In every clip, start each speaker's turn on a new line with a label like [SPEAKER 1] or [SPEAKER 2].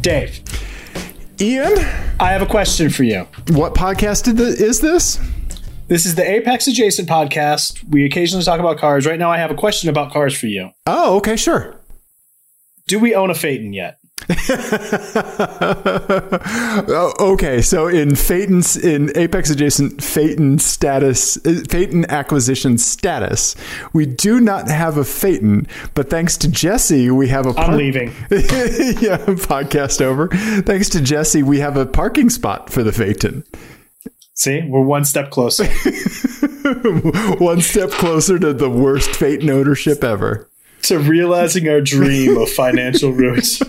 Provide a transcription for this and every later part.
[SPEAKER 1] Dave,
[SPEAKER 2] Ian,
[SPEAKER 1] I have a question for you.
[SPEAKER 2] what podcast did th- is this?
[SPEAKER 1] This is the Apex Adjacent podcast. We occasionally talk about cars. Right now, I have a question about cars for you.
[SPEAKER 2] Oh, okay, sure.
[SPEAKER 1] Do we own a Phaeton yet?
[SPEAKER 2] oh, okay, so in Phaeton's in Apex adjacent Phaeton status, uh, Phaeton acquisition status, we do not have a Phaeton, but thanks to Jesse, we have a.
[SPEAKER 1] I'm
[SPEAKER 2] par-
[SPEAKER 1] leaving.
[SPEAKER 2] yeah, podcast over. Thanks to Jesse, we have a parking spot for the Phaeton.
[SPEAKER 1] See, we're one step closer.
[SPEAKER 2] One step closer to the worst Phaeton ownership ever.
[SPEAKER 1] to realizing our dream of financial roots.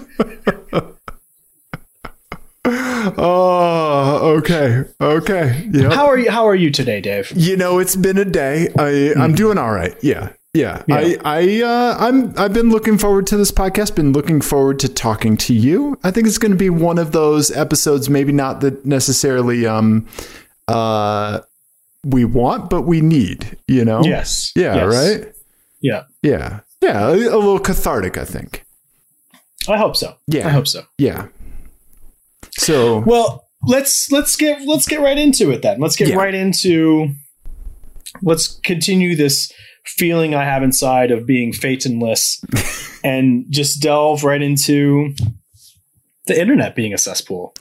[SPEAKER 2] Oh, okay, okay, yeah.
[SPEAKER 1] How are you? How are you today, Dave?
[SPEAKER 2] You know, it's been a day. I I'm doing all right. Yeah. Yeah. I I uh, I'm I've been looking forward to this podcast. Been looking forward to talking to you. I think it's going to be one of those episodes maybe not that necessarily um uh we want but we need, you know.
[SPEAKER 1] Yes.
[SPEAKER 2] Yeah,
[SPEAKER 1] Yes.
[SPEAKER 2] right?
[SPEAKER 1] Yeah,
[SPEAKER 2] Yeah. Yeah, a, a little cathartic, I think.
[SPEAKER 1] I hope so.
[SPEAKER 2] Yeah.
[SPEAKER 1] I hope so.
[SPEAKER 2] Yeah. So,
[SPEAKER 1] Well, let's let's get let's get right into it then. Let's get
[SPEAKER 2] Yeah.
[SPEAKER 1] right into let's continue this feeling I have inside of being phaetonless and just delve right into the internet being a cesspool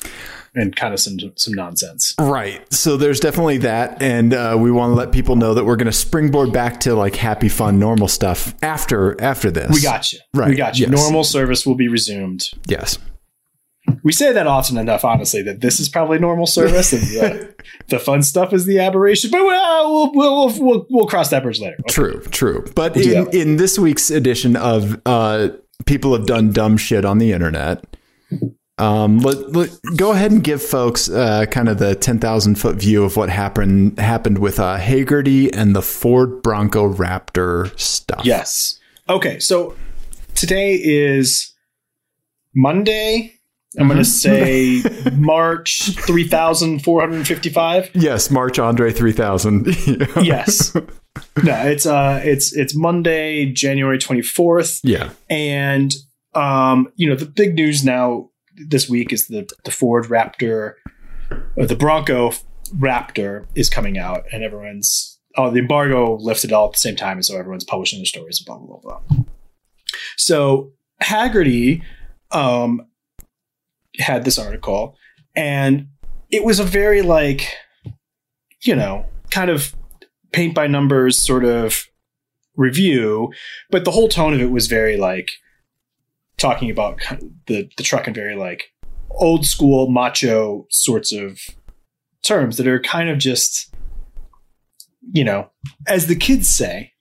[SPEAKER 1] and kind of some some nonsense.
[SPEAKER 2] Right. So there's definitely that. And uh, we want to let people know that we're going to springboard back to like happy, fun, normal stuff after after this.
[SPEAKER 1] We got you. We
[SPEAKER 2] Right,
[SPEAKER 1] got you.
[SPEAKER 2] yes.
[SPEAKER 1] Normal service will be resumed.
[SPEAKER 2] Yes.
[SPEAKER 1] We say that often enough, honestly, that this is probably normal service and the, the fun stuff is the aberration. But we'll, we'll, we'll, we'll, we'll cross that bridge later.
[SPEAKER 2] True. True. But
[SPEAKER 1] do
[SPEAKER 2] in,
[SPEAKER 1] that.
[SPEAKER 2] in this week's edition of uh, People Have Done Dumb Shit on the Internet, um, let, let, go ahead and give folks uh, kind of the 10,000 foot view of what happened happened with uh, Hagerty and the Ford Bronco Raptor stuff.
[SPEAKER 1] Yes. Okay. So today is Monday. I'm going to say March 3455.
[SPEAKER 2] Yes. March Andre 3000.
[SPEAKER 1] Yes. No, it's uh it's it's Monday, January 24th
[SPEAKER 2] yeah.
[SPEAKER 1] and um you know the big news now this week is the the Ford Raptor or the Bronco Raptor is coming out and everyone's oh the embargo lifted all at the same time and so everyone's publishing their stories and blah blah blah blah. So Haggerty um, had this article, and it was a very like, you know, kind of paint by numbers sort of review, but the whole tone of it was very like talking about the the truck in very like old school macho sorts of terms that are kind of just you know as the kids say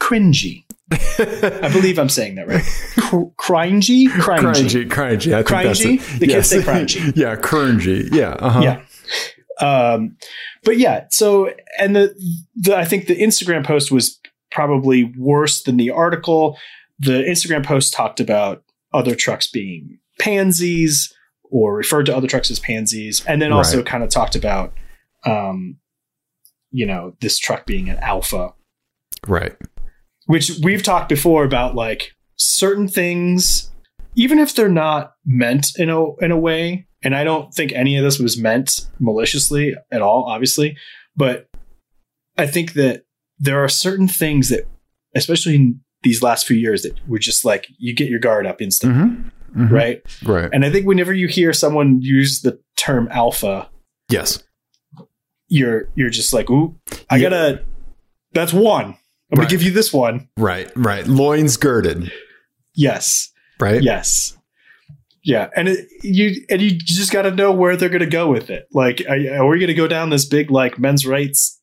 [SPEAKER 1] cringy i believe i'm saying that right Cr- cringy cringy
[SPEAKER 2] Cringy, cringy. I think that's it.
[SPEAKER 1] Cringy? The kids say cringy.
[SPEAKER 2] yeah, cringy. Yeah. Uh-huh.
[SPEAKER 1] Yeah. Um, but yeah, so and the, the I think the Instagram post was probably worse than the article. The Instagram post talked about other trucks being pansies or referred to other trucks as pansies, and then also
[SPEAKER 2] Right.
[SPEAKER 1] kind of talked about, um, you know, this truck being an alpha,
[SPEAKER 2] Right.
[SPEAKER 1] which we've talked before about like certain things, even if they're not meant in a in a way. And I don't think any of this was meant maliciously at all, obviously. But I think that there are certain things that, especially in these last few years, that were just like you get your guard up instantly,
[SPEAKER 2] Mm-hmm. Right.
[SPEAKER 1] right?
[SPEAKER 2] Right.
[SPEAKER 1] And I think whenever you hear someone use the term alpha,
[SPEAKER 2] Yes.
[SPEAKER 1] you're you're just like, ooh, I
[SPEAKER 2] Yeah.
[SPEAKER 1] gotta. That's one. I'm gonna
[SPEAKER 2] Right.
[SPEAKER 1] give you this one.
[SPEAKER 2] Right. Right. Loins girded.
[SPEAKER 1] Yes.
[SPEAKER 2] Right.
[SPEAKER 1] Yes. Yeah, and it, you and you just got to know where they're going to go with it. Like, are, are we going to go down this big like men's rights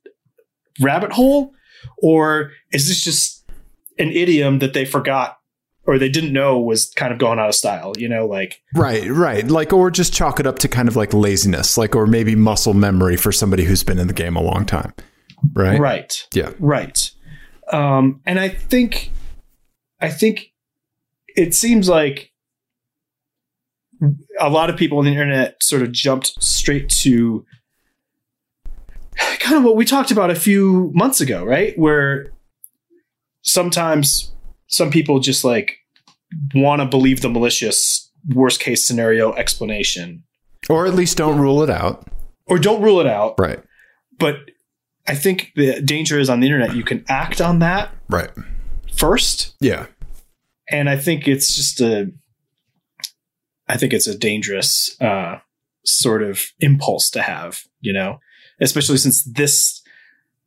[SPEAKER 1] rabbit hole, or is this just an idiom that they forgot or they didn't know was kind of going out of style? You know, like
[SPEAKER 2] Right. Right. Like, or just chalk it up to kind of like laziness, like, or maybe muscle memory for somebody who's been in the game a long time. Right.
[SPEAKER 1] right,
[SPEAKER 2] Yeah.
[SPEAKER 1] right. Um, and I think, I think it seems like a lot of people on the internet sort of jumped straight to kind of what we talked about a few months ago, right? Where sometimes some people just like want to believe the malicious worst case scenario explanation,
[SPEAKER 2] or at least don't rule it out.
[SPEAKER 1] or don't rule it out.
[SPEAKER 2] Right.
[SPEAKER 1] But I think the danger is on the internet. You can act on that
[SPEAKER 2] Right.
[SPEAKER 1] first,
[SPEAKER 2] Yeah.
[SPEAKER 1] and I think it's just a, I think it's a dangerous uh, sort of impulse to have, you know, especially since this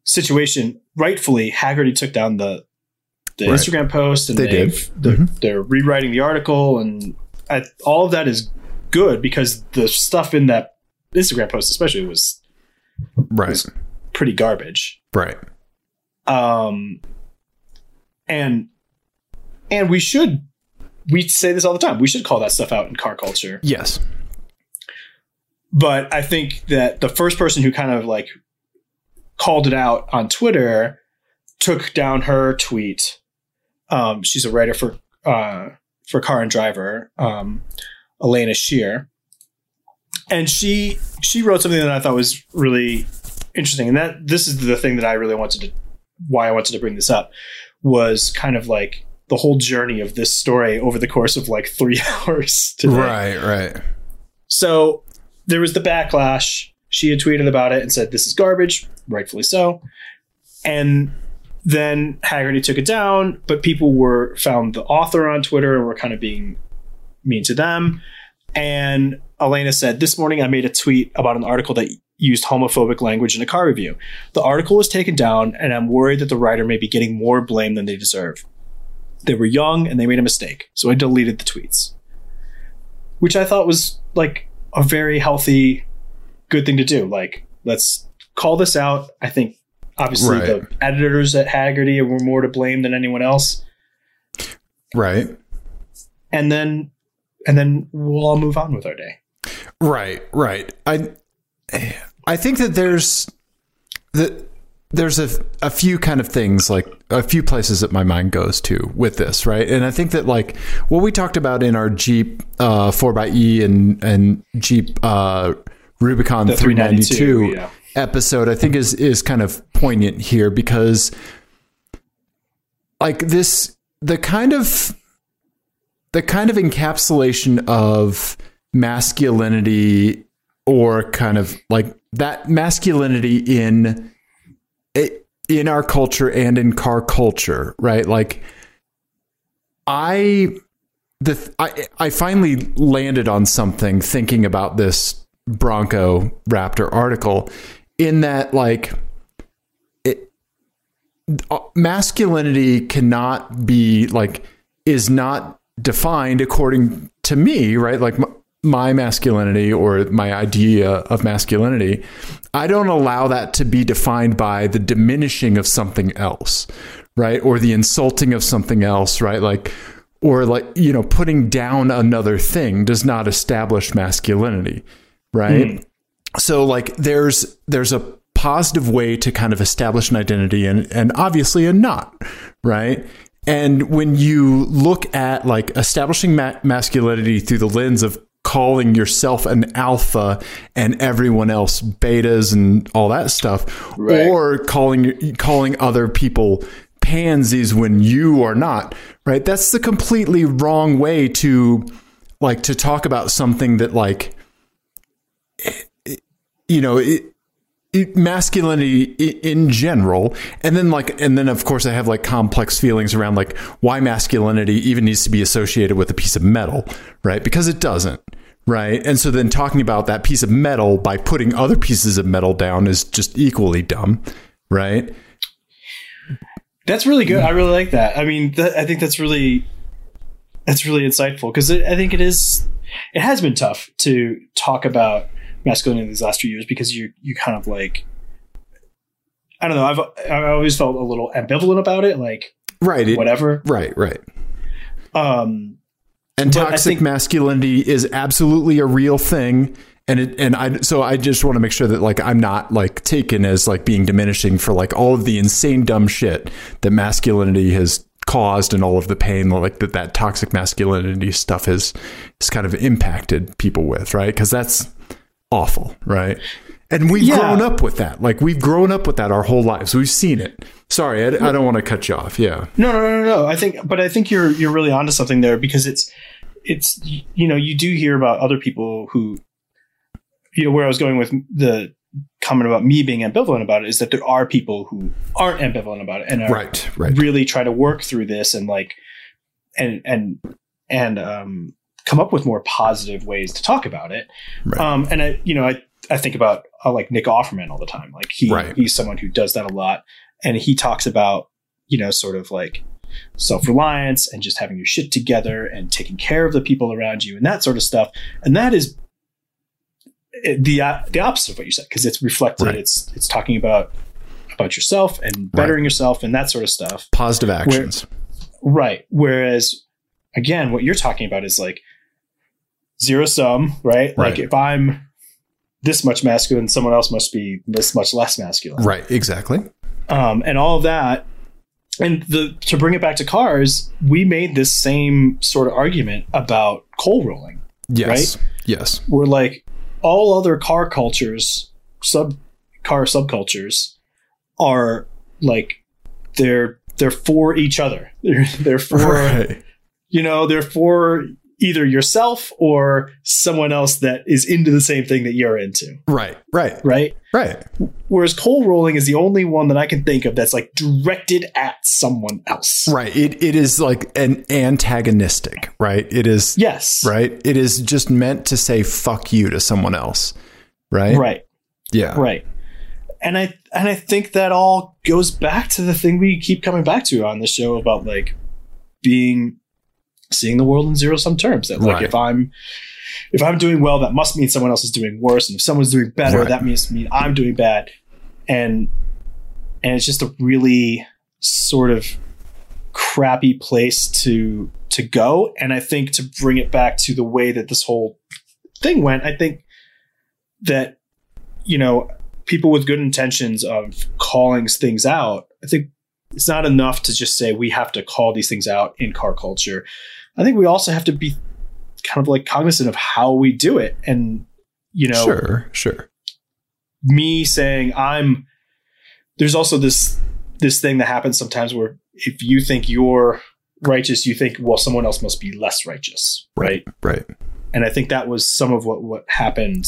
[SPEAKER 1] situation rightfully Haggerty took down the the
[SPEAKER 2] Right.
[SPEAKER 1] Instagram post and
[SPEAKER 2] They did. Mm-hmm.
[SPEAKER 1] they've- They're, they're rewriting the article and I, all of that is good because the stuff in that Instagram post especially was
[SPEAKER 2] Right.
[SPEAKER 1] pretty garbage.
[SPEAKER 2] Right.
[SPEAKER 1] um and and we should we say this all the time we should call that stuff out in car culture
[SPEAKER 2] Yes.
[SPEAKER 1] but i think that the first person who kind of like called it out on twitter took down her tweet um she's a writer for uh for car and driver um elena shear and she she wrote something that i thought was really interesting and that this is the thing that i really wanted to why i wanted to bring this up was kind of like the whole journey of this story over the course of like three hours today.
[SPEAKER 2] Right. Right.
[SPEAKER 1] So there was the backlash. She had tweeted about it and said, This is garbage, rightfully so. And then Haggerty took it down, but people were found the author on Twitter and were kind of being mean to them. And Elena said, This morning I made a tweet about an article that used homophobic language in a car review. The article was taken down, and I'm worried that the writer may be getting more blame than they deserve. They were young and they made a mistake, so I deleted the tweets which I thought was like a very healthy, good thing to do. Like, let's call this out. I think obviously
[SPEAKER 2] Right.
[SPEAKER 1] the editors at Haggerty were more to blame than anyone else,
[SPEAKER 2] Right.
[SPEAKER 1] and then and then we'll all move on with our day.
[SPEAKER 2] Right, right. I I think that there's that there's a a few kind of things like a few places that my mind goes to with this, right? And I think that like what we talked about in our Jeep uh 4xE and and Jeep uh Rubicon 392
[SPEAKER 1] yeah.
[SPEAKER 2] episode I think is is kind of poignant here because like this the kind of the kind of encapsulation of masculinity or kind of like that masculinity in in our culture and in car culture, right? Like I the th- I I finally landed on something thinking about this Bronco Raptor article in that like it uh, masculinity cannot be like is not defined according to me, right? Like my, my masculinity or my idea of masculinity, I don't allow that to be defined by the diminishing of something else, right? Or the insulting of something else, right? Like or like, you know, putting down another thing does not establish masculinity, right? so like there's there's a positive way to kind of establish an identity and and obviously a not right and when you look at like establishing ma- masculinity through the lens of calling yourself an alpha and everyone else betas and all that stuff
[SPEAKER 1] Right.
[SPEAKER 2] or calling calling other people pansies when you are not right that's the completely wrong way to like to talk about something that like you know it, it, masculinity i- in general and then like and then of course i have like complex feelings around like why masculinity even needs to be associated with a piece of metal right because it doesn't right and so then talking about that piece of metal by putting other pieces of metal down is just equally dumb right
[SPEAKER 1] That's really good. I really like that. I mean, that, I think that's really that's really insightful because I think it is it has been tough to talk about masculinity these last few years because you you kind of like I don't know. I've I always felt a little ambivalent about it, like
[SPEAKER 2] right it-
[SPEAKER 1] whatever.
[SPEAKER 2] right right
[SPEAKER 1] Um,
[SPEAKER 2] and
[SPEAKER 1] But I
[SPEAKER 2] toxic
[SPEAKER 1] think-
[SPEAKER 2] masculinity is absolutely a real thing and it and i so i just want to make sure that like i'm not like taken as like being diminishing for like all of the insane dumb shit that masculinity has caused and all of the pain like that that toxic masculinity stuff has has kind of impacted people with right because that's awful right and we've
[SPEAKER 1] Yeah.
[SPEAKER 2] grown up with that like we've grown up with that our whole lives we've seen it sorry i, I don't want to cut you off yeah
[SPEAKER 1] no, no, no, no, no. I think, but I think you're you're really onto something there because it's it's you know you do hear about other people who you know where I was going with the comment about me being ambivalent about it is that there are people who aren't ambivalent about it and are
[SPEAKER 2] Right, right.
[SPEAKER 1] really try to work through this and like and and and um come up with more positive ways to talk about it
[SPEAKER 2] Right.
[SPEAKER 1] um and i you know i i think about uh, like nick offerman all the time like he
[SPEAKER 2] Right.
[SPEAKER 1] he's someone who does that a lot and he talks about you know sort of like self-reliance and just having your shit together and taking care of the people around you and that sort of stuff and that is it- the uh, the opposite of what you said because it's reflected
[SPEAKER 2] Right.
[SPEAKER 1] it's it's talking about about yourself and bettering yourself and that sort of stuff
[SPEAKER 2] Positive actions.
[SPEAKER 1] right whereas again what you're talking about is like zero sum right, like
[SPEAKER 2] Right.
[SPEAKER 1] if i'm this much masculine someone else must be this much less masculine
[SPEAKER 2] Right, exactly.
[SPEAKER 1] um, and all of that. And the to bring it back to cars, we made this same sort of argument about coal rolling.
[SPEAKER 2] Yes. Yes.
[SPEAKER 1] We're like all other car cultures, sub car subcultures, are like they're they're for each other. They're they're for
[SPEAKER 2] Right.
[SPEAKER 1] you know they're for either yourself or someone else that is into the same thing that you're into,
[SPEAKER 2] Right. Right.
[SPEAKER 1] right?
[SPEAKER 2] Right.
[SPEAKER 1] Whereas coal rolling is the only one that I can think of that's like directed at someone else.
[SPEAKER 2] Right. It it is like an antagonistic, right? It is
[SPEAKER 1] Yes.
[SPEAKER 2] right. It is just meant to say fuck you to someone else. Right?
[SPEAKER 1] Right.
[SPEAKER 2] Yeah.
[SPEAKER 1] Right. And I and I think that all goes back to the thing we keep coming back to on this show about like being seeing the world in zero sum terms. That like
[SPEAKER 2] Right.
[SPEAKER 1] if I'm if I'm doing well, that must mean someone else is doing worse. And if someone's doing better,
[SPEAKER 2] Right.
[SPEAKER 1] that means mean I'm doing bad. And and it's just a really sort of crappy place to to go. And I think to bring it back to the way that this whole thing went, I think that you know people with good intentions of calling things out, I think it's not enough to just say we have to call these things out in car culture. I think we also have to be kind of like cognizant of how we do it and you know
[SPEAKER 2] Sure. Sure.
[SPEAKER 1] me saying I'm there's also this this thing that happens sometimes where if you think you're righteous, you think, well, someone else must be less righteous. Right.
[SPEAKER 2] Right.
[SPEAKER 1] And I think that was some of what, what happened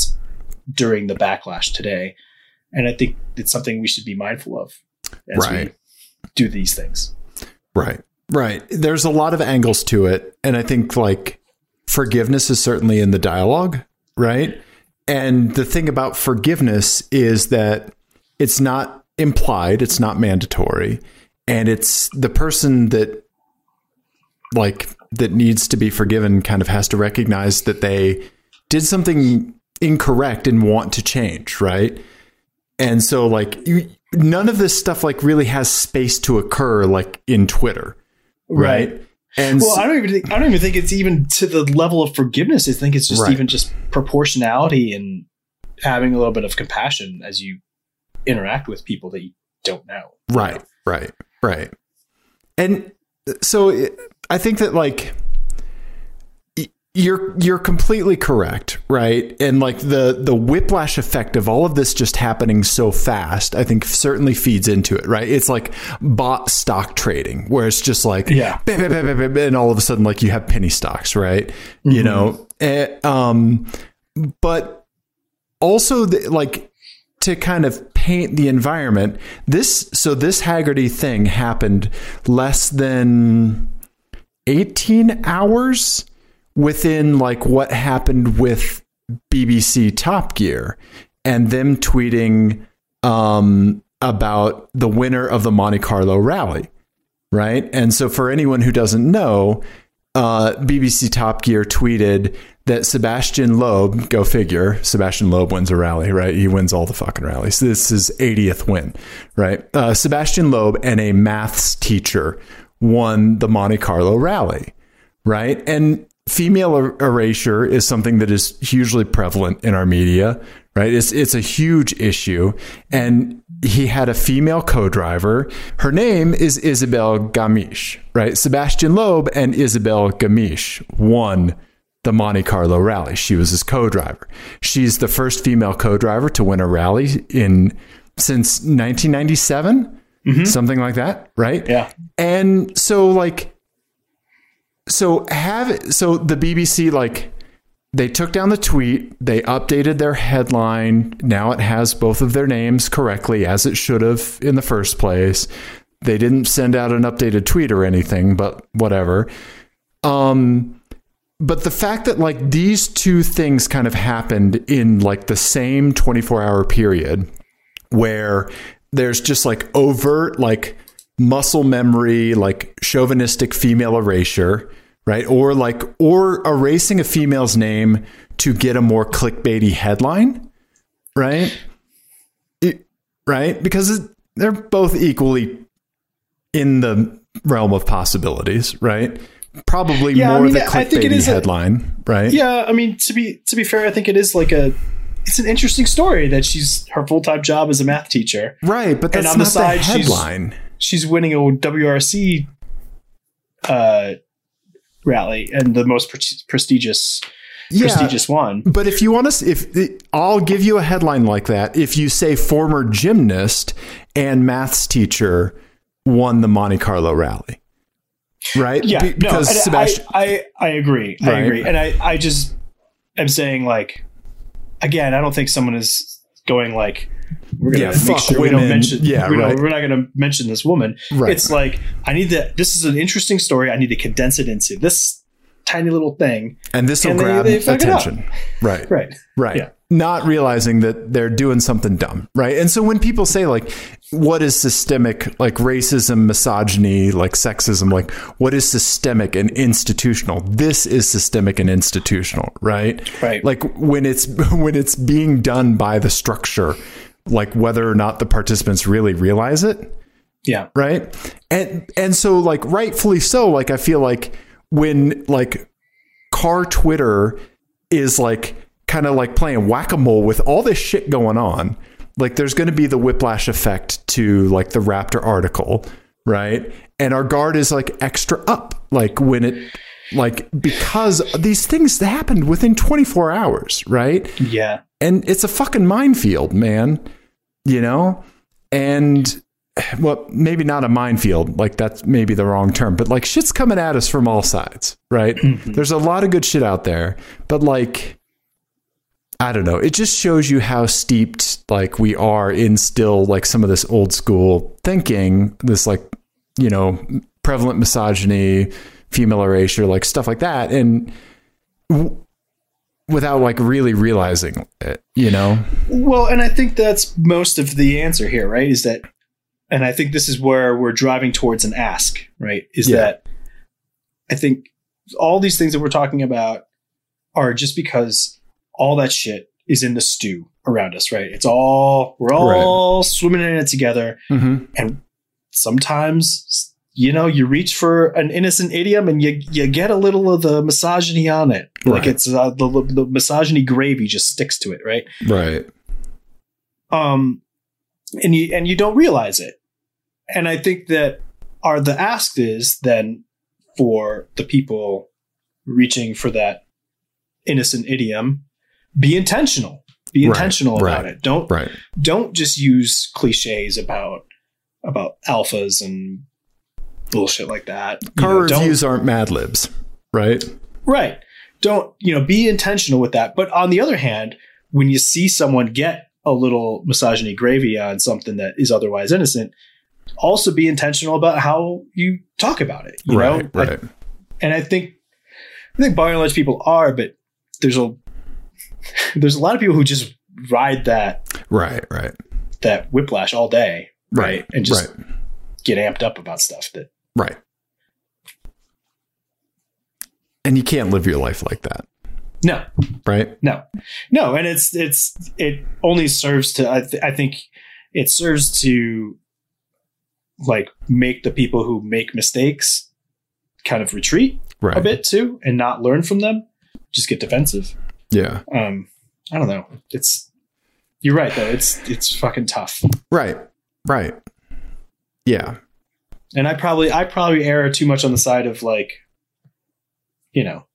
[SPEAKER 1] during the backlash today. And I think it's something we should be mindful of as
[SPEAKER 2] Right.
[SPEAKER 1] we do these things.
[SPEAKER 2] Right. Right. There's a lot of angles to it. And I think like forgiveness is certainly in the dialogue. Right. And the thing about forgiveness is that it's not implied, it's not mandatory. And it's the person that like that needs to be forgiven kind of has to recognize that they did something incorrect and want to change, right? And so like you, none of this stuff like really has space to occur like in Twitter, right? And
[SPEAKER 1] Well,
[SPEAKER 2] so-
[SPEAKER 1] I don't even think I don't even think it's even to the level of forgiveness. I think it's just
[SPEAKER 2] Right.
[SPEAKER 1] even just proportionality and having a little bit of compassion as you interact with people that you don't know.
[SPEAKER 2] Right, right, right. And so it- I think that like y- you're you're completely correct, right? And like the the whiplash effect of all of this just happening so fast, I think certainly feeds into it, right? It's like bot stock trading where it's just like
[SPEAKER 1] Yeah.
[SPEAKER 2] bam, bam, bam, bam, bam, bam, and all of a sudden like you have penny stocks, right?
[SPEAKER 1] Mm-hmm.
[SPEAKER 2] You know, Eh, um but also the, like to kind of paint the environment this so this haggerty thing happened less than 18 hours within like what happened with bbc top gear and them tweeting um, about the winner of the monte carlo rally right? And so, for anyone who doesn't know, uh, BBC Top Gear tweeted that Sebastian Loeb, go figure, Sebastian Loeb wins a rally, right? He wins all the fucking rallies. This is 80th win, right? Uh, Sebastian Loeb and a maths teacher won the Monte Carlo rally, right? And female er- erasure is something that is hugely prevalent in our media, right? It's it's a huge issue, and he had a female co-driver. Her name is Isabel Gamish, right? Sebastian Loeb and Isabel Gamish won the Monte Carlo rally. She was his co-driver. She's the first female co-driver to win a rally in since 1997, something like that, right?
[SPEAKER 1] Yeah.
[SPEAKER 2] And so like so have so the BBC like they took down the tweet, they updated their headline. Now it has both of their names correctly as it should have in the first place. They didn't send out an updated tweet or anything, but whatever. Um but the fact that like these two things kind of happened in like the same 24-hour period where there's just like overt like muscle memory, like chauvinistic female erasure, right? Or like, or erasing a female's name to get a more clickbaity headline, right? It, right? Because it, they're both equally in the realm of possibilities, right? Probably
[SPEAKER 1] Yeah, I
[SPEAKER 2] more
[SPEAKER 1] mean,
[SPEAKER 2] the
[SPEAKER 1] I think it
[SPEAKER 2] clickbaity
[SPEAKER 1] is a-
[SPEAKER 2] headline, right?
[SPEAKER 1] Yeah, I mean to be to be fair, I think it is like a it's an interesting story that she's her full time job is a math teacher.
[SPEAKER 2] Right, but
[SPEAKER 1] And
[SPEAKER 2] that's
[SPEAKER 1] on the
[SPEAKER 2] not the,
[SPEAKER 1] side, she's-
[SPEAKER 2] headline.
[SPEAKER 1] She's winning a WRC uh, rally and the most pre- prestigious prestigious one.
[SPEAKER 2] But if you want to, if I'll give you a headline like that, if you say former gymnast and maths teacher won the Monte Carlo rally, right?
[SPEAKER 1] Yeah,
[SPEAKER 2] Be-
[SPEAKER 1] no,
[SPEAKER 2] because
[SPEAKER 1] and I-
[SPEAKER 2] Sebastian,
[SPEAKER 1] I, I agree. I
[SPEAKER 2] Right.
[SPEAKER 1] agree, and I I just am saying like again, I don't think someone is going like we're gonna
[SPEAKER 2] Yeah,
[SPEAKER 1] make
[SPEAKER 2] fuck
[SPEAKER 1] sure we don't
[SPEAKER 2] women.
[SPEAKER 1] mention
[SPEAKER 2] Yeah,
[SPEAKER 1] we don't-
[SPEAKER 2] right.
[SPEAKER 1] we're not gonna mention this woman.
[SPEAKER 2] Right.
[SPEAKER 1] It's like I need to. This is an interesting story. I need to condense it into this tiny little thing.
[SPEAKER 2] and this will
[SPEAKER 1] and they-
[SPEAKER 2] grab
[SPEAKER 1] they fuck it up.
[SPEAKER 2] attention, right?
[SPEAKER 1] Right.
[SPEAKER 2] Right.
[SPEAKER 1] Yeah.
[SPEAKER 2] Not realizing that they're doing something dumb. Right. And so when people say, like, what is systemic, like racism, misogyny, like sexism, like what is systemic and institutional? This is systemic and institutional. Right.
[SPEAKER 1] Right.
[SPEAKER 2] Like when it's, when it's being done by the structure, like whether or not the participants really realize it
[SPEAKER 1] Yeah.
[SPEAKER 2] right and and so like rightfully so like i feel like when like car twitter is like kind of like playing whack-a-mole with all this shit going on like there's going to be the whiplash effect to like the raptor article right and our guard is like extra up like when it like because these things happened within 24 hours right
[SPEAKER 1] Yeah.
[SPEAKER 2] and it's a fucking minefield, man. You know, and well, maybe not a minefield. Like that's maybe the wrong term, but like shit's coming at us from all sides, right? There's a lot of good shit out there, but like, I don't know. It just shows you how steeped like we are in still like some of this old school thinking, this like you know prevalent misogyny, female erasure, like stuff like that, and. w- Without like really realizing it, you know,
[SPEAKER 1] Well, and I think that's most of the answer here, right? Is that, and I think this is where we're driving towards an ask, right? Is
[SPEAKER 2] Yeah.
[SPEAKER 1] that I think all these things that we're talking about are just because all that shit is in the stew around us, right? It's all, we're all swimming in it together.
[SPEAKER 2] Mm-hmm.
[SPEAKER 1] Sometimes, you know, you reach for an innocent idiom and you, you get a little of the misogyny on it. Like
[SPEAKER 2] Right.
[SPEAKER 1] it's uh, the, the misogyny gravy just sticks to it, right?
[SPEAKER 2] Right.
[SPEAKER 1] um, and you and you don't realize it. And I think that are the ask is then for the people reaching for that innocent idiom, be intentional. Be
[SPEAKER 2] Right,
[SPEAKER 1] intentional about
[SPEAKER 2] right,
[SPEAKER 1] it. Don't
[SPEAKER 2] Right.
[SPEAKER 1] don't just use cliches about about alphas and bullshit like that. You
[SPEAKER 2] Car
[SPEAKER 1] know, don't-
[SPEAKER 2] reviews aren't Mad Libs, right?
[SPEAKER 1] Right. Don't, you know, be intentional with that. But on the other hand, when you see someone get a little misogyny gravy on something that is otherwise innocent, also be intentional about how you talk about it. You
[SPEAKER 2] right.
[SPEAKER 1] know?
[SPEAKER 2] right.
[SPEAKER 1] and I think I think by and large people are, but there's a there's a lot of people who just ride that
[SPEAKER 2] right. Right.
[SPEAKER 1] that whiplash all day.
[SPEAKER 2] Right.
[SPEAKER 1] And just
[SPEAKER 2] right.
[SPEAKER 1] get amped up about stuff that
[SPEAKER 2] Right. And you can't live your life like that,
[SPEAKER 1] no,
[SPEAKER 2] right?
[SPEAKER 1] No, no, and it's it's it only serves to I, th- I think it serves to like make the people who make mistakes kind of retreat
[SPEAKER 2] Right.
[SPEAKER 1] a bit too and not learn from them, just get defensive.
[SPEAKER 2] Yeah.
[SPEAKER 1] Um, I don't know. It's you're right though. It's it's fucking tough.
[SPEAKER 2] Right. Right. Yeah.
[SPEAKER 1] And I probably I probably err too much on the side of like, you know,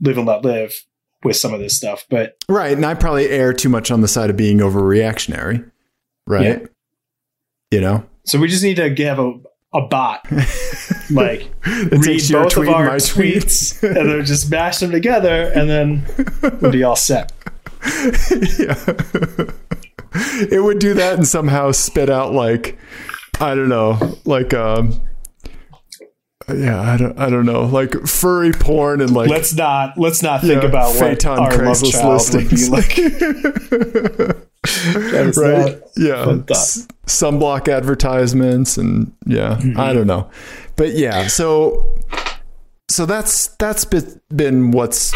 [SPEAKER 1] live and let live with some of this stuff, but
[SPEAKER 2] Right. And I probably err too much on the side of being overreactionary, right? You know?
[SPEAKER 1] So we just need to have a a bot like
[SPEAKER 2] It
[SPEAKER 1] read
[SPEAKER 2] takes your
[SPEAKER 1] both
[SPEAKER 2] tweet
[SPEAKER 1] of
[SPEAKER 2] and
[SPEAKER 1] our
[SPEAKER 2] my tweet.
[SPEAKER 1] tweets and then just mash them together and then we'll be all set.
[SPEAKER 2] yeah. it would do that and somehow spit out like I don't know, like um yeah, I don't I don't know, like furry porn and like
[SPEAKER 1] Let's not let's not think
[SPEAKER 2] Yeah,
[SPEAKER 1] about what
[SPEAKER 2] Phaeton
[SPEAKER 1] our love
[SPEAKER 2] Craigslist
[SPEAKER 1] child
[SPEAKER 2] listings.
[SPEAKER 1] would be like. That's
[SPEAKER 2] right?
[SPEAKER 1] not-
[SPEAKER 2] Yeah.
[SPEAKER 1] fun thought.
[SPEAKER 2] S- sunblock advertisements and yeah,
[SPEAKER 1] Mm-hmm.
[SPEAKER 2] I don't know. But yeah, so so that's that's been, been what's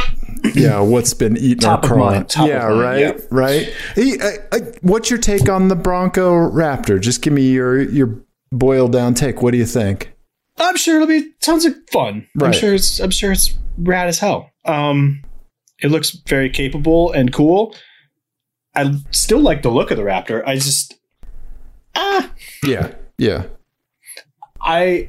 [SPEAKER 2] yeah what's been eating
[SPEAKER 1] Top
[SPEAKER 2] our
[SPEAKER 1] of
[SPEAKER 2] craw.
[SPEAKER 1] mind, top of
[SPEAKER 2] yeah,
[SPEAKER 1] mind,
[SPEAKER 2] right,
[SPEAKER 1] yeah.
[SPEAKER 2] right. Hey, I, I, what's your take on the Bronco Raptor? Just give me your your boiled down take. What do you think?
[SPEAKER 1] I'm sure it'll be tons of fun. I'm
[SPEAKER 2] Right.
[SPEAKER 1] sure it's I'm sure it's rad as hell. Um, it looks very capable and cool. I still like the look of the Raptor. I just ah,
[SPEAKER 2] Yeah, yeah,
[SPEAKER 1] I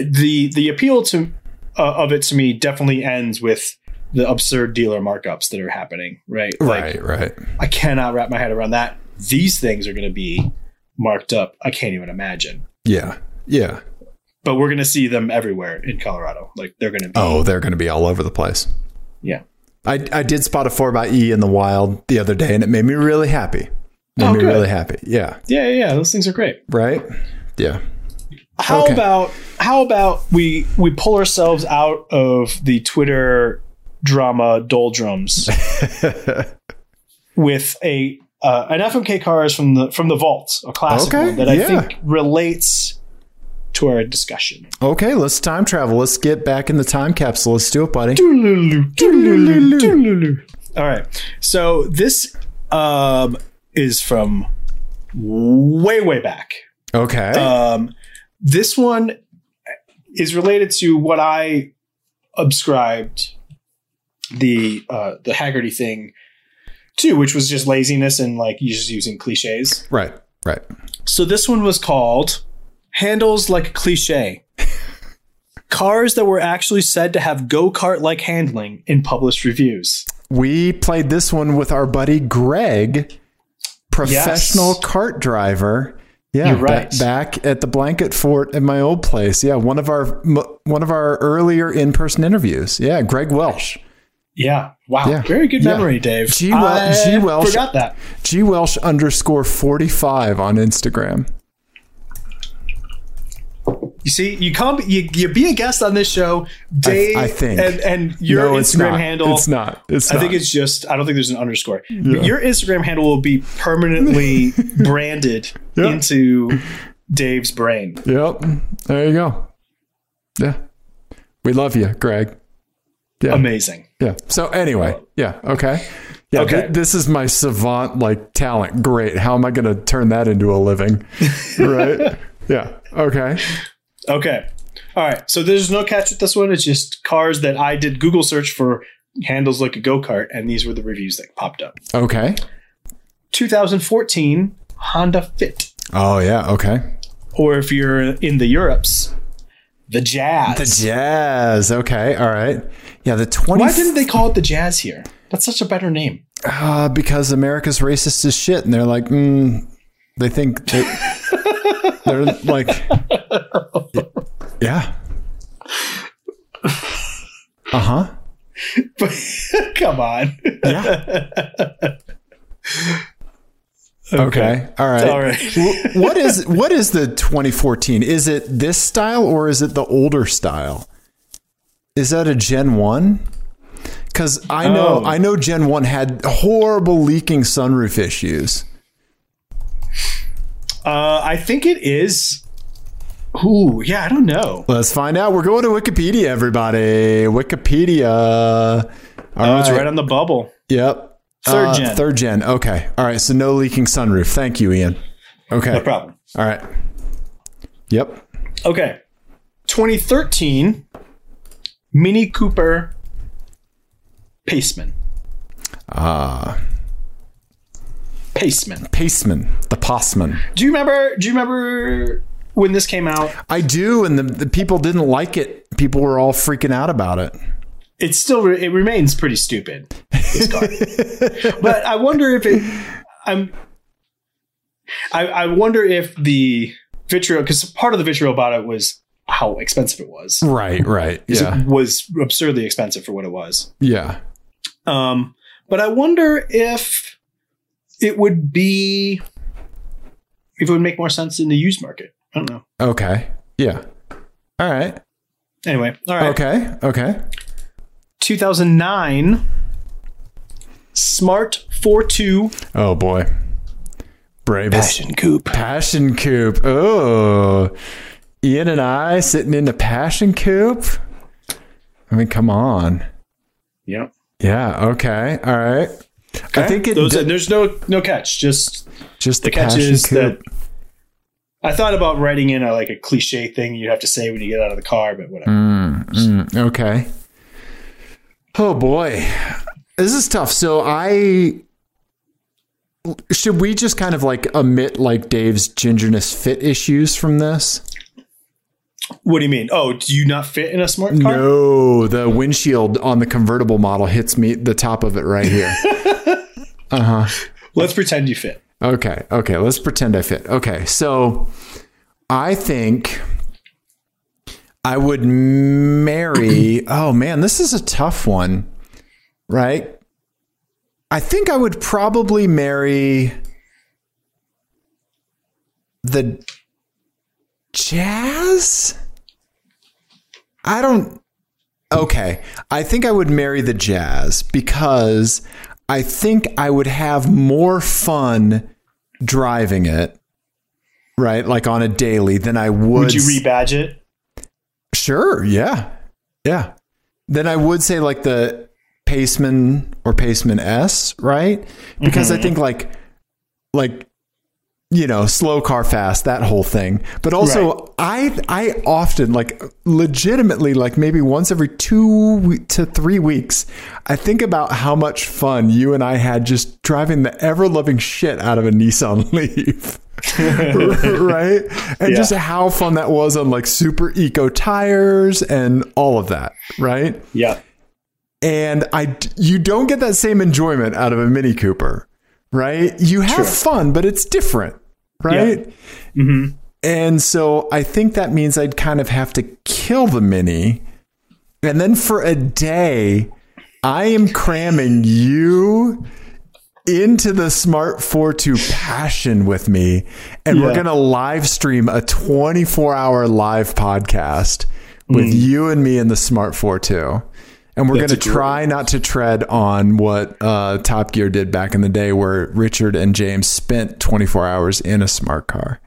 [SPEAKER 1] the the appeal to uh, of it to me definitely ends with the absurd dealer markups that are happening. Right,
[SPEAKER 2] right, right.
[SPEAKER 1] I cannot wrap my head around that. These things are going to be marked up. I can't even imagine.
[SPEAKER 2] Yeah, yeah.
[SPEAKER 1] But we're going to see them everywhere in Colorado. Like they're going to be.
[SPEAKER 2] Oh, they're going to be all over the place.
[SPEAKER 1] Yeah.
[SPEAKER 2] I, I did spot a 4xE in the wild the other day and it made me really happy. Made
[SPEAKER 1] Oh,
[SPEAKER 2] me
[SPEAKER 1] good.
[SPEAKER 2] really happy. Yeah.
[SPEAKER 1] Yeah, yeah, yeah. Those things are great.
[SPEAKER 2] Right? Yeah.
[SPEAKER 1] How
[SPEAKER 2] Okay.
[SPEAKER 1] about how about we we pull ourselves out of the Twitter drama doldrums with a uh, an FMK cars from the from the vault, a classic
[SPEAKER 2] Okay,
[SPEAKER 1] one that I
[SPEAKER 2] yeah.
[SPEAKER 1] think relates to our discussion.
[SPEAKER 2] Okay, let's time travel. Let's get back in the time capsule. Let's do it, buddy.
[SPEAKER 1] All right. So this um, is from way, way back.
[SPEAKER 2] Okay.
[SPEAKER 1] Um, this one is related to what I ascribed the uh, the Haggerty thing to, which was just laziness and like you just using cliches.
[SPEAKER 2] right. Right.
[SPEAKER 1] So this one was called "Handles Like a Cliche." Cars that were actually said to have go kart like handling in published reviews.
[SPEAKER 2] We played this one with our buddy Greg, professional
[SPEAKER 1] Yes.
[SPEAKER 2] cart driver. Yeah,
[SPEAKER 1] You're right.
[SPEAKER 2] ba- back at the blanket fort at my old place. Yeah, one of our m- one of our earlier in person interviews. Yeah, Greg Welsh.
[SPEAKER 1] Yeah. Wow.
[SPEAKER 2] Yeah.
[SPEAKER 1] Very good
[SPEAKER 2] Yeah.
[SPEAKER 1] memory, Dave.
[SPEAKER 2] G. Wel-
[SPEAKER 1] I
[SPEAKER 2] G. Welsh-
[SPEAKER 1] Forgot that.
[SPEAKER 2] G Welsh underscore forty five on Instagram.
[SPEAKER 1] You see, you come, you, you be a guest on this show, Dave.
[SPEAKER 2] I think.
[SPEAKER 1] and and your
[SPEAKER 2] no,
[SPEAKER 1] Instagram
[SPEAKER 2] it's not.
[SPEAKER 1] handle.
[SPEAKER 2] It's not. It's
[SPEAKER 1] I
[SPEAKER 2] not.
[SPEAKER 1] think it's just. I don't think there's an underscore. Your Instagram handle will be permanently branded
[SPEAKER 2] Yeah.
[SPEAKER 1] into Dave's brain.
[SPEAKER 2] Yep. There you go. Yeah. We love you, Greg.
[SPEAKER 1] Amazing.
[SPEAKER 2] Yeah. So anyway, yeah. Okay. Yeah.
[SPEAKER 1] Okay.
[SPEAKER 2] th- this is my savant like talent. Great. How am I going to turn that into a living? Right. yeah. Okay.
[SPEAKER 1] Okay. All right. So there's no catch with this one. It's just cars that I did Google search for handles like a go kart, and these were the reviews that popped up.
[SPEAKER 2] Okay.
[SPEAKER 1] 2014 Honda Fit.
[SPEAKER 2] Oh yeah. Okay.
[SPEAKER 1] or if you're in the Europes, the Jazz.
[SPEAKER 2] The jazz. Okay. All right. Yeah. The twenty.
[SPEAKER 1] Why didn't they call it the Jazz here? That's such a better name.
[SPEAKER 2] Uh, because America's racist as shit, and they're like, mm, they think they, they're like, yeah, uh huh,
[SPEAKER 1] Come on.
[SPEAKER 2] yeah. Okay. All right.
[SPEAKER 1] All right.
[SPEAKER 2] Wh- what is what is the 2014? Is it this style or is it the older style? Is that a Gen 1? Cuz I know
[SPEAKER 1] Oh.
[SPEAKER 2] I know Gen 1 had horrible leaking sunroof issues.
[SPEAKER 1] Uh, I think it is. Ooh, yeah, I don't know.
[SPEAKER 2] Let's find out. We're going to Wikipedia, everybody. Wikipedia. All
[SPEAKER 1] Oh, it's
[SPEAKER 2] right.
[SPEAKER 1] right on the bubble.
[SPEAKER 2] Yep.
[SPEAKER 1] Third
[SPEAKER 2] Uh,
[SPEAKER 1] gen.
[SPEAKER 2] Third gen. Okay. All right. So no leaking sunroof. Thank you, Ian.
[SPEAKER 1] No
[SPEAKER 2] Okay.
[SPEAKER 1] problem.
[SPEAKER 2] All right. Yep.
[SPEAKER 1] Okay. 2013 Mini Cooper Paceman. Ah. Paceman.
[SPEAKER 2] Paceman, the Postman.
[SPEAKER 1] Do you remember do you remember when this came out?
[SPEAKER 2] I do, and the, the people didn't like it. People were all freaking out about it.
[SPEAKER 1] it's still re- it remains pretty stupid this car. but i wonder if it i'm I, I wonder if the vitriol because part of the vitriol about it was how expensive it was.
[SPEAKER 2] Right, right.
[SPEAKER 1] 'Cause
[SPEAKER 2] Yeah.
[SPEAKER 1] It was absurdly expensive for what it was.
[SPEAKER 2] Yeah.
[SPEAKER 1] Um, but I wonder if it would be if it would make more sense in the used market. I don't know.
[SPEAKER 2] Okay. Yeah. All right.
[SPEAKER 1] Anyway, all right.
[SPEAKER 2] Okay. Okay.
[SPEAKER 1] 2009 Smart 42
[SPEAKER 2] Oh boy. Bravest
[SPEAKER 1] Coupe.
[SPEAKER 2] passion coupe. Oh. Ian and I sitting in the passion coupe. I mean, come on.
[SPEAKER 1] Yep.
[SPEAKER 2] Yeah. Okay. All right. I think it
[SPEAKER 1] Those,
[SPEAKER 2] d-
[SPEAKER 1] there's no no catch. Just
[SPEAKER 2] just the,
[SPEAKER 1] the catch
[SPEAKER 2] passion
[SPEAKER 1] is that
[SPEAKER 2] coupe.
[SPEAKER 1] I thought about writing in a, like a cliche thing you have to say when you get out of the car, but whatever.
[SPEAKER 2] Mm, okay. Oh boy. This is tough. So I should we just kind of like omit like Dave's gingerness fit issues from this?
[SPEAKER 1] What do you mean? Oh, do you not fit in a smart car?
[SPEAKER 2] No, the windshield on the convertible model hits me the top of it right here.
[SPEAKER 1] Let's pretend you fit.
[SPEAKER 2] okay, okay, let's pretend I fit. Okay, so I think I would marry. oh man, this is a tough one, right? I think I would probably marry the jazz. I don't. Okay. I think I would marry the jazz because I think I would have more fun driving it, right? Like on a daily than I would.
[SPEAKER 1] Would you rebadge it?
[SPEAKER 2] Sure. Yeah. Yeah. Then I would say like the Paceman or Paceman S, right? Because I think like, like, you know, slow car fast, that whole thing. But also, I I often like legitimately like maybe once every two we- to three weeks, I think about how much fun you and I had just driving the ever loving shit out of a Nissan Leaf. right? And
[SPEAKER 1] Yeah.
[SPEAKER 2] just how fun that was on like super eco tires and all of that, right?
[SPEAKER 1] Yeah.
[SPEAKER 2] And I d- you don't get that same enjoyment out of a Mini Cooper, right? You have fun, but it's different, right? And so I think that means I'd kind of have to kill the Mini. And then for a day, I am cramming you into the Smart 42 passion with me. And we're
[SPEAKER 1] Yeah.
[SPEAKER 2] going to live stream a 24 hour live podcast with you and me in the Smart 42. And we're going
[SPEAKER 1] Mm. That's
[SPEAKER 2] to
[SPEAKER 1] adorable.
[SPEAKER 2] try not to tread on what uh, Top Gear did back in the day, where Richard and James spent 24 hours in a smart car.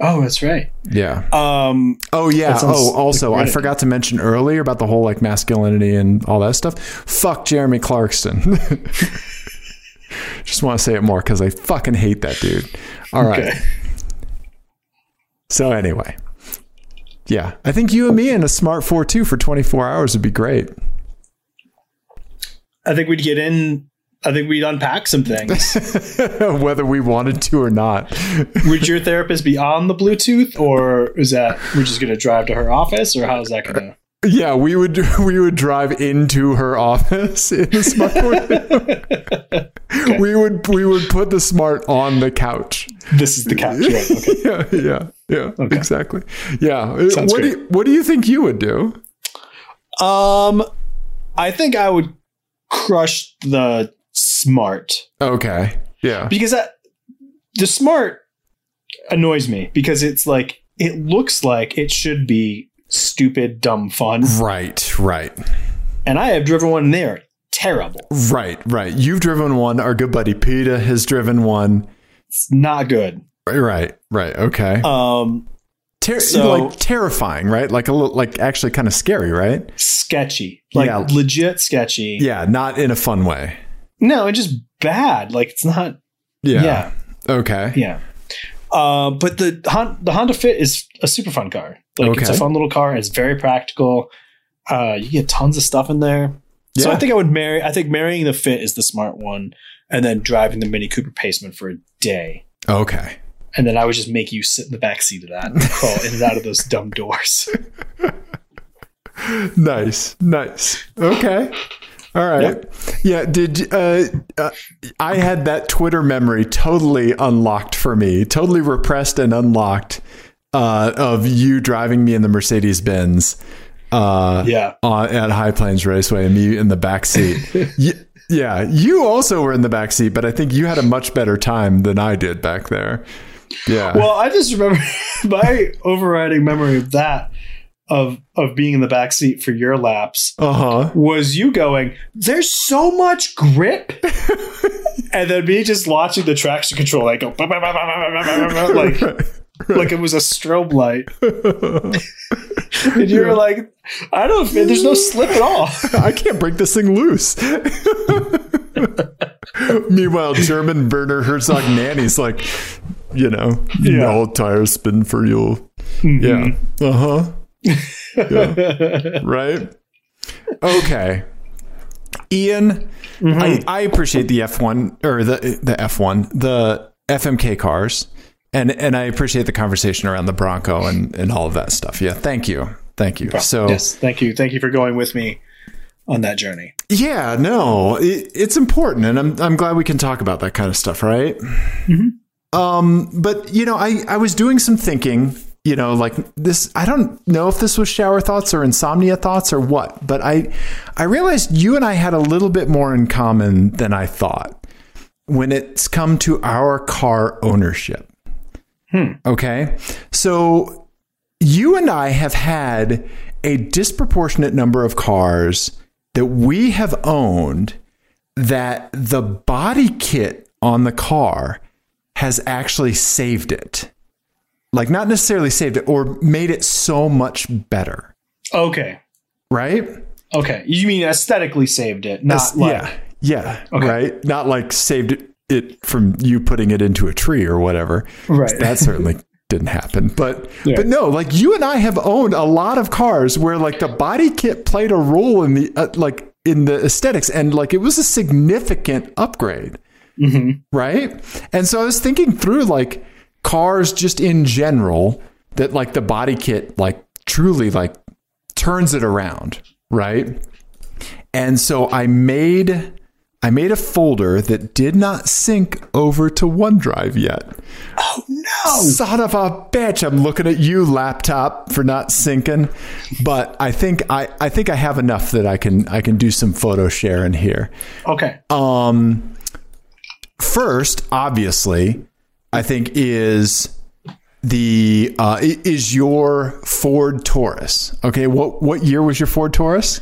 [SPEAKER 1] Oh, that's right.
[SPEAKER 2] Yeah.
[SPEAKER 1] Um,
[SPEAKER 2] Oh yeah.
[SPEAKER 1] sounds
[SPEAKER 2] Oh, also, I
[SPEAKER 1] great.
[SPEAKER 2] forgot to mention earlier about the whole like masculinity and all that stuff. Fuck Jeremy Clarkson. Just want to say it more because I fucking hate that dude. All right.
[SPEAKER 1] okay.
[SPEAKER 2] So anyway, yeah, I think you and me in a smart four two for twenty four hours would be great.
[SPEAKER 1] I think we'd get in. I think we'd unpack some things.
[SPEAKER 2] Whether we wanted to or not.
[SPEAKER 1] Would your therapist be on the Bluetooth, or is that we're just going to drive to her office, or how's that going to?
[SPEAKER 2] Yeah, we would we would drive into her office in the smart. We would we would put the smart on the couch.
[SPEAKER 1] This is the couch. Right? Okay.
[SPEAKER 2] yeah, yeah, yeah. Exactly. Yeah. Uh,
[SPEAKER 1] Sounds
[SPEAKER 2] what do you, what do you think you would do?
[SPEAKER 1] Um, I think I would crush the smart
[SPEAKER 2] Okay. Yeah.
[SPEAKER 1] because that, the smart annoys me because it's like it looks like it should be stupid, dumb fun,
[SPEAKER 2] Right. Right.
[SPEAKER 1] and I have driven one there. Terrible.
[SPEAKER 2] Right. Right. You've driven one. Our good buddy Peta has driven one.
[SPEAKER 1] It's not good.
[SPEAKER 2] Right. Right. Okay.
[SPEAKER 1] Um,
[SPEAKER 2] Ter-
[SPEAKER 1] so-
[SPEAKER 2] like terrifying. Right. Like a little. Like actually kind of scary. Right.
[SPEAKER 1] sketchy. Like
[SPEAKER 2] Yeah.
[SPEAKER 1] legit sketchy.
[SPEAKER 2] Yeah. Not in a fun way.
[SPEAKER 1] No, it's just bad. Like it's not.
[SPEAKER 2] Yeah.
[SPEAKER 1] Yeah,
[SPEAKER 2] Okay.
[SPEAKER 1] yeah. Uh, but the Hon- the Honda Fit is a super fun car. Like it's a
[SPEAKER 2] Okay.
[SPEAKER 1] fun little car. It's very practical. Uh, you get tons of stuff in there. So
[SPEAKER 2] Yeah.
[SPEAKER 1] I think I would marry. I think marrying the Fit is the smart one, and then driving the Mini Cooper Paceman for a day,
[SPEAKER 2] Okay.
[SPEAKER 1] and then I would just make you sit in the back seat of that and crawl in and out of those dumb doors.
[SPEAKER 2] Nice. Nice. Okay. All right. Yeah. Did uh, uh, I had that Twitter memory totally unlocked for me, totally repressed and unlocked uh, of you driving me in the Mercedes Benz uh,
[SPEAKER 1] Yeah.
[SPEAKER 2] on, at High Plains Raceway and me in the back seat. Y- yeah, you also were in the back seat, but I think you had a much better time than I did back there. Yeah.
[SPEAKER 1] Well, I just remember my overriding memory of that of of being in the back seat for your laps
[SPEAKER 2] uh huh.
[SPEAKER 1] was you going, "There's so much grip," and then me just launching the traction control. I go "Bah, bah, bah, bah, bah, bah, bah, bah," like like it was a strobe light, and you were like, "I don't. know, There's no slip at all."
[SPEAKER 2] I can't break this thing loose. Meanwhile, German Werner Herzog Nanny's like, you know,
[SPEAKER 1] Yeah. Mm-hmm.
[SPEAKER 2] all tires spin for you. Yeah. Uh huh. Right? Okay. Ian,
[SPEAKER 1] Mm-hmm.
[SPEAKER 2] I, I appreciate the F1 or the the F1, the FMK cars. And and I appreciate the conversation around the Bronco and, and all of that stuff. Yeah. Thank you. Thank you. So
[SPEAKER 1] yes, thank you, thank you for going with me on that journey.
[SPEAKER 2] yeah, no, it, it's important, and I'm I'm glad we can talk about that kind of stuff, right? Um, but you know, I I was doing some thinking, you know, like this. I don't know if this was shower thoughts or insomnia thoughts or what, but I I realized you and I had a little bit more in common than I thought when it's come to our car ownership. Okay, so you and I have had a disproportionate number of cars that we have owned that the body kit on the car has actually saved it. Like, not necessarily saved it or made it so much better,
[SPEAKER 1] Okay,
[SPEAKER 2] right?
[SPEAKER 1] okay. You mean aesthetically saved it, not
[SPEAKER 2] That's-
[SPEAKER 1] like
[SPEAKER 2] yeah, yeah, right? Not like saved it from you putting it into a tree or whatever.
[SPEAKER 1] right.
[SPEAKER 2] that certainly didn't happen but
[SPEAKER 1] Yeah.
[SPEAKER 2] but no like you and i have owned a lot of cars where like the body kit played a role in the uh, like in the aesthetics and like it was a significant upgrade
[SPEAKER 1] hmm
[SPEAKER 2] right and so i was thinking through like cars just in general that like the body kit like truly like turns it around right and so i made i made a folder that did not sync over to onedrive yet
[SPEAKER 1] No.
[SPEAKER 2] Son of a bitch! I'm looking at you, laptop, for not syncing. But I think I, I think I have enough that I can I can do some photo sharing here.
[SPEAKER 1] Okay.
[SPEAKER 2] Um, first, obviously, I think is the uh, i- is your Ford Taurus. Okay, what what year was your Ford Taurus?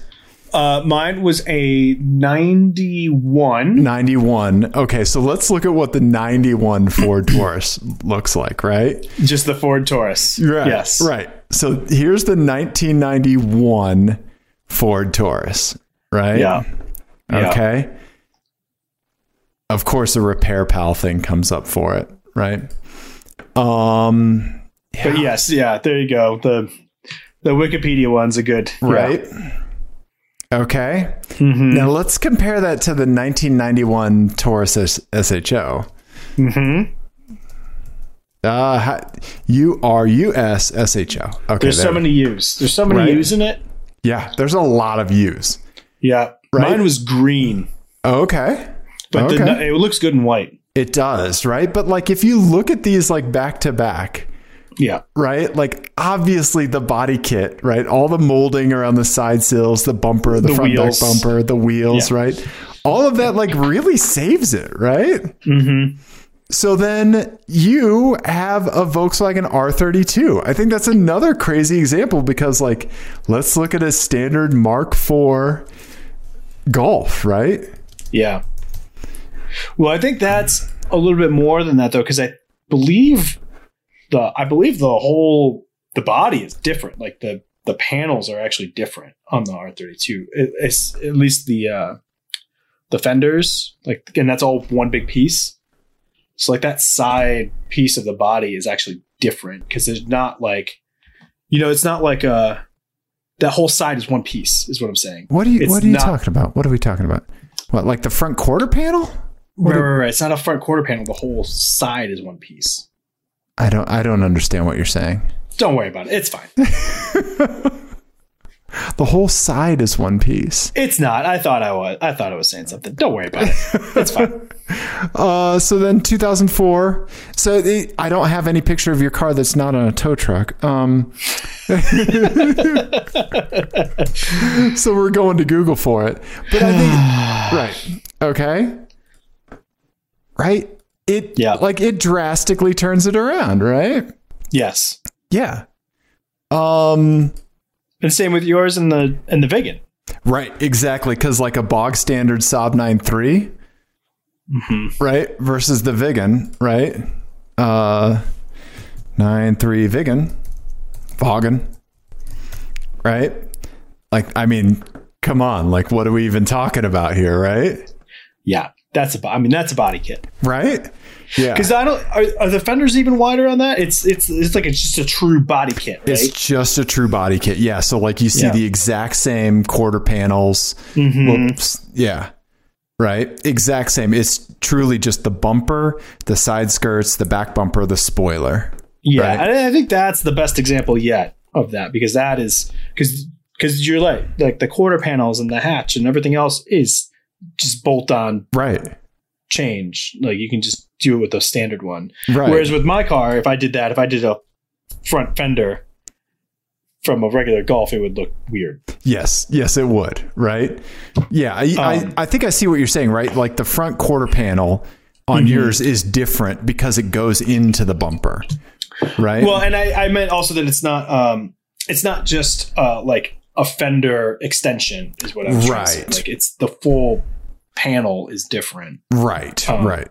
[SPEAKER 1] Uh, mine was a 91.
[SPEAKER 2] Ninety one. Okay, so let's look at what the ninety one Ford Taurus looks like, right?
[SPEAKER 1] Just the Ford Taurus.
[SPEAKER 2] Right.
[SPEAKER 1] Yes.
[SPEAKER 2] Right. So here's the 1991 Ford Taurus, right?
[SPEAKER 1] Yeah. yeah.
[SPEAKER 2] Okay. Of course, a repair pal thing comes up for it, right? Um,
[SPEAKER 1] But yes, yeah, there you go. The the Wikipedia one's a good yeah.
[SPEAKER 2] right. Okay.
[SPEAKER 1] Mhm.
[SPEAKER 2] Now let's compare that to the 1991 Taurus S- SHO.
[SPEAKER 1] Mhm.
[SPEAKER 2] Uh, ha- U R U S S H O. Okay.
[SPEAKER 1] There's so
[SPEAKER 2] there.
[SPEAKER 1] many U's. There's so many
[SPEAKER 2] Right.
[SPEAKER 1] U's in it.
[SPEAKER 2] Yeah, there's a lot of U's.
[SPEAKER 1] Yeah.
[SPEAKER 2] Right.
[SPEAKER 1] Mine was green,
[SPEAKER 2] Okay.
[SPEAKER 1] but the,
[SPEAKER 2] Okay.
[SPEAKER 1] it looks good in white.
[SPEAKER 2] It does, right? But like if you look at these like back to back,
[SPEAKER 1] Yeah.
[SPEAKER 2] right? Like obviously the body kit, right? All the molding around the side sills, the bumper, the, front
[SPEAKER 1] wheels.
[SPEAKER 2] back bumper, the wheels,
[SPEAKER 1] Yeah.
[SPEAKER 2] right? All of that like really saves it, right?
[SPEAKER 1] Mhm.
[SPEAKER 2] So then you have a Volkswagen R32. I think that's another crazy example because like let's look at a standard Mark IV Golf, right?
[SPEAKER 1] Yeah. Well, I think that's a little bit more than that though cuz I believe the I believe the whole the body is different. Like the the panels are actually different on the R32. It, it's at least the uh the fenders like and that's all one big piece. So like that side piece of the body is actually different cuz there's not like you know, it's not like uh that whole side is one piece is what I'm saying.
[SPEAKER 2] What are you
[SPEAKER 1] It's
[SPEAKER 2] what are you
[SPEAKER 1] not-
[SPEAKER 2] talking about? What are we talking about? What like the front quarter panel?
[SPEAKER 1] Right, right, right. It's not a front quarter panel. The whole side is one piece.
[SPEAKER 2] I don't I don't understand what you're saying.
[SPEAKER 1] Don't worry about it. It's fine.
[SPEAKER 2] The whole side is one piece.
[SPEAKER 1] It's not. I thought I was. I thought I was saying something. Don't worry about it. It's fine.
[SPEAKER 2] Uh, so then 2004. So the- I don't have any picture of your car that's not on a tow truck. Um, so we're going to Google for it. But I think, right. Okay. Right. It,
[SPEAKER 1] Yeah.
[SPEAKER 2] like it drastically turns it around, right?
[SPEAKER 1] Yes.
[SPEAKER 2] Yeah. Um,
[SPEAKER 1] And same with yours and the and the vegan.
[SPEAKER 2] Right, exactly. Because like a bog standard Saab 9.3, right, versus the Vigan, right? Uh, 9.3 Vigan, Vaughan, right? Like, I mean, come on. Like, what are we even talking about here, right?
[SPEAKER 1] Yeah. That's a bo- I mean that's a body kit.
[SPEAKER 2] Right? Yeah.
[SPEAKER 1] Because I don't are, are the fenders even wider on that? It's it's it's like it's just a true body kit, right?
[SPEAKER 2] It's just a true body kit. Yeah. So, like, you see
[SPEAKER 1] Yeah.
[SPEAKER 2] the exact same quarter panels.
[SPEAKER 1] Mhm.
[SPEAKER 2] Whoops. Yeah. Right. Exact same. It's truly just the bumper, the side skirts, the back bumper, the spoiler.
[SPEAKER 1] yeah.
[SPEAKER 2] right.
[SPEAKER 1] And I think that's the best example yet of that because that is because because you're like like the quarter panels and the hatch and everything else is just bolt on
[SPEAKER 2] Right.
[SPEAKER 1] change. Like you can just do it with a standard one.
[SPEAKER 2] Right.
[SPEAKER 1] Whereas with my car, if I did that, if I did a front fender from a regular golf, it would look weird.
[SPEAKER 2] yes. Yes, it would. Right. Yeah. I,
[SPEAKER 1] Um,
[SPEAKER 2] I, I think I see what you're saying, right? Like the front quarter panel on
[SPEAKER 1] Mm-hmm.
[SPEAKER 2] yours is different because it goes into the bumper. Right.
[SPEAKER 1] Well, and I, I meant also that it's not um it's not just uh like a fender extension is what I was trying to say.
[SPEAKER 2] Right.
[SPEAKER 1] Like it's the full panel is different
[SPEAKER 2] right.
[SPEAKER 1] um,
[SPEAKER 2] right.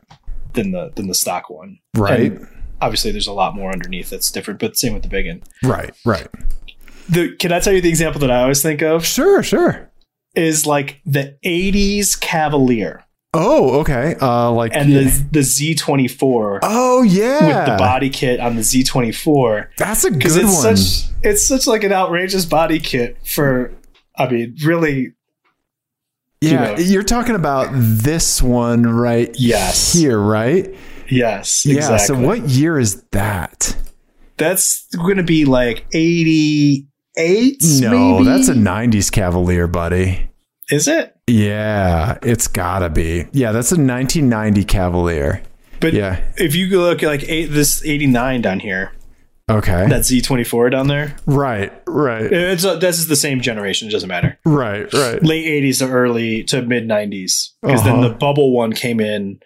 [SPEAKER 1] than the than the stock one.
[SPEAKER 2] Right.
[SPEAKER 1] and- Obviously there's a lot more underneath that's different, but same with the big one.
[SPEAKER 2] right. Right.
[SPEAKER 1] The can I tell you the example that I always think of
[SPEAKER 2] Sure. Sure.
[SPEAKER 1] is like the 80s Cavalier
[SPEAKER 2] Oh, okay. Uh, like,
[SPEAKER 1] and the the Z24
[SPEAKER 2] oh, yeah.
[SPEAKER 1] with the body kit on the Z24
[SPEAKER 2] That's a good
[SPEAKER 1] because it's
[SPEAKER 2] one.
[SPEAKER 1] such it's such like an outrageous body kit for I mean really
[SPEAKER 2] Yeah,
[SPEAKER 1] know.
[SPEAKER 2] you are talking about this one right
[SPEAKER 1] Yes.
[SPEAKER 2] here, right?
[SPEAKER 1] yes
[SPEAKER 2] Yeah.
[SPEAKER 1] exactly
[SPEAKER 2] So what year is that?
[SPEAKER 1] that's going to be like 88
[SPEAKER 2] No,
[SPEAKER 1] maybe?
[SPEAKER 2] that's a 90s Cavalier, buddy.
[SPEAKER 1] is it
[SPEAKER 2] Yeah, it's gotta be. Yeah, that's a 1990 Cavalier.
[SPEAKER 1] but
[SPEAKER 2] Yeah.
[SPEAKER 1] if you go look at like eight, this 89 down here
[SPEAKER 2] Okay.
[SPEAKER 1] that Z24 down there
[SPEAKER 2] right, right,
[SPEAKER 1] it's uh this is the same generation it doesn't matter
[SPEAKER 2] right, right.
[SPEAKER 1] late 80s to early to mid 90s because then
[SPEAKER 2] Uh-huh.
[SPEAKER 1] the bubble one came in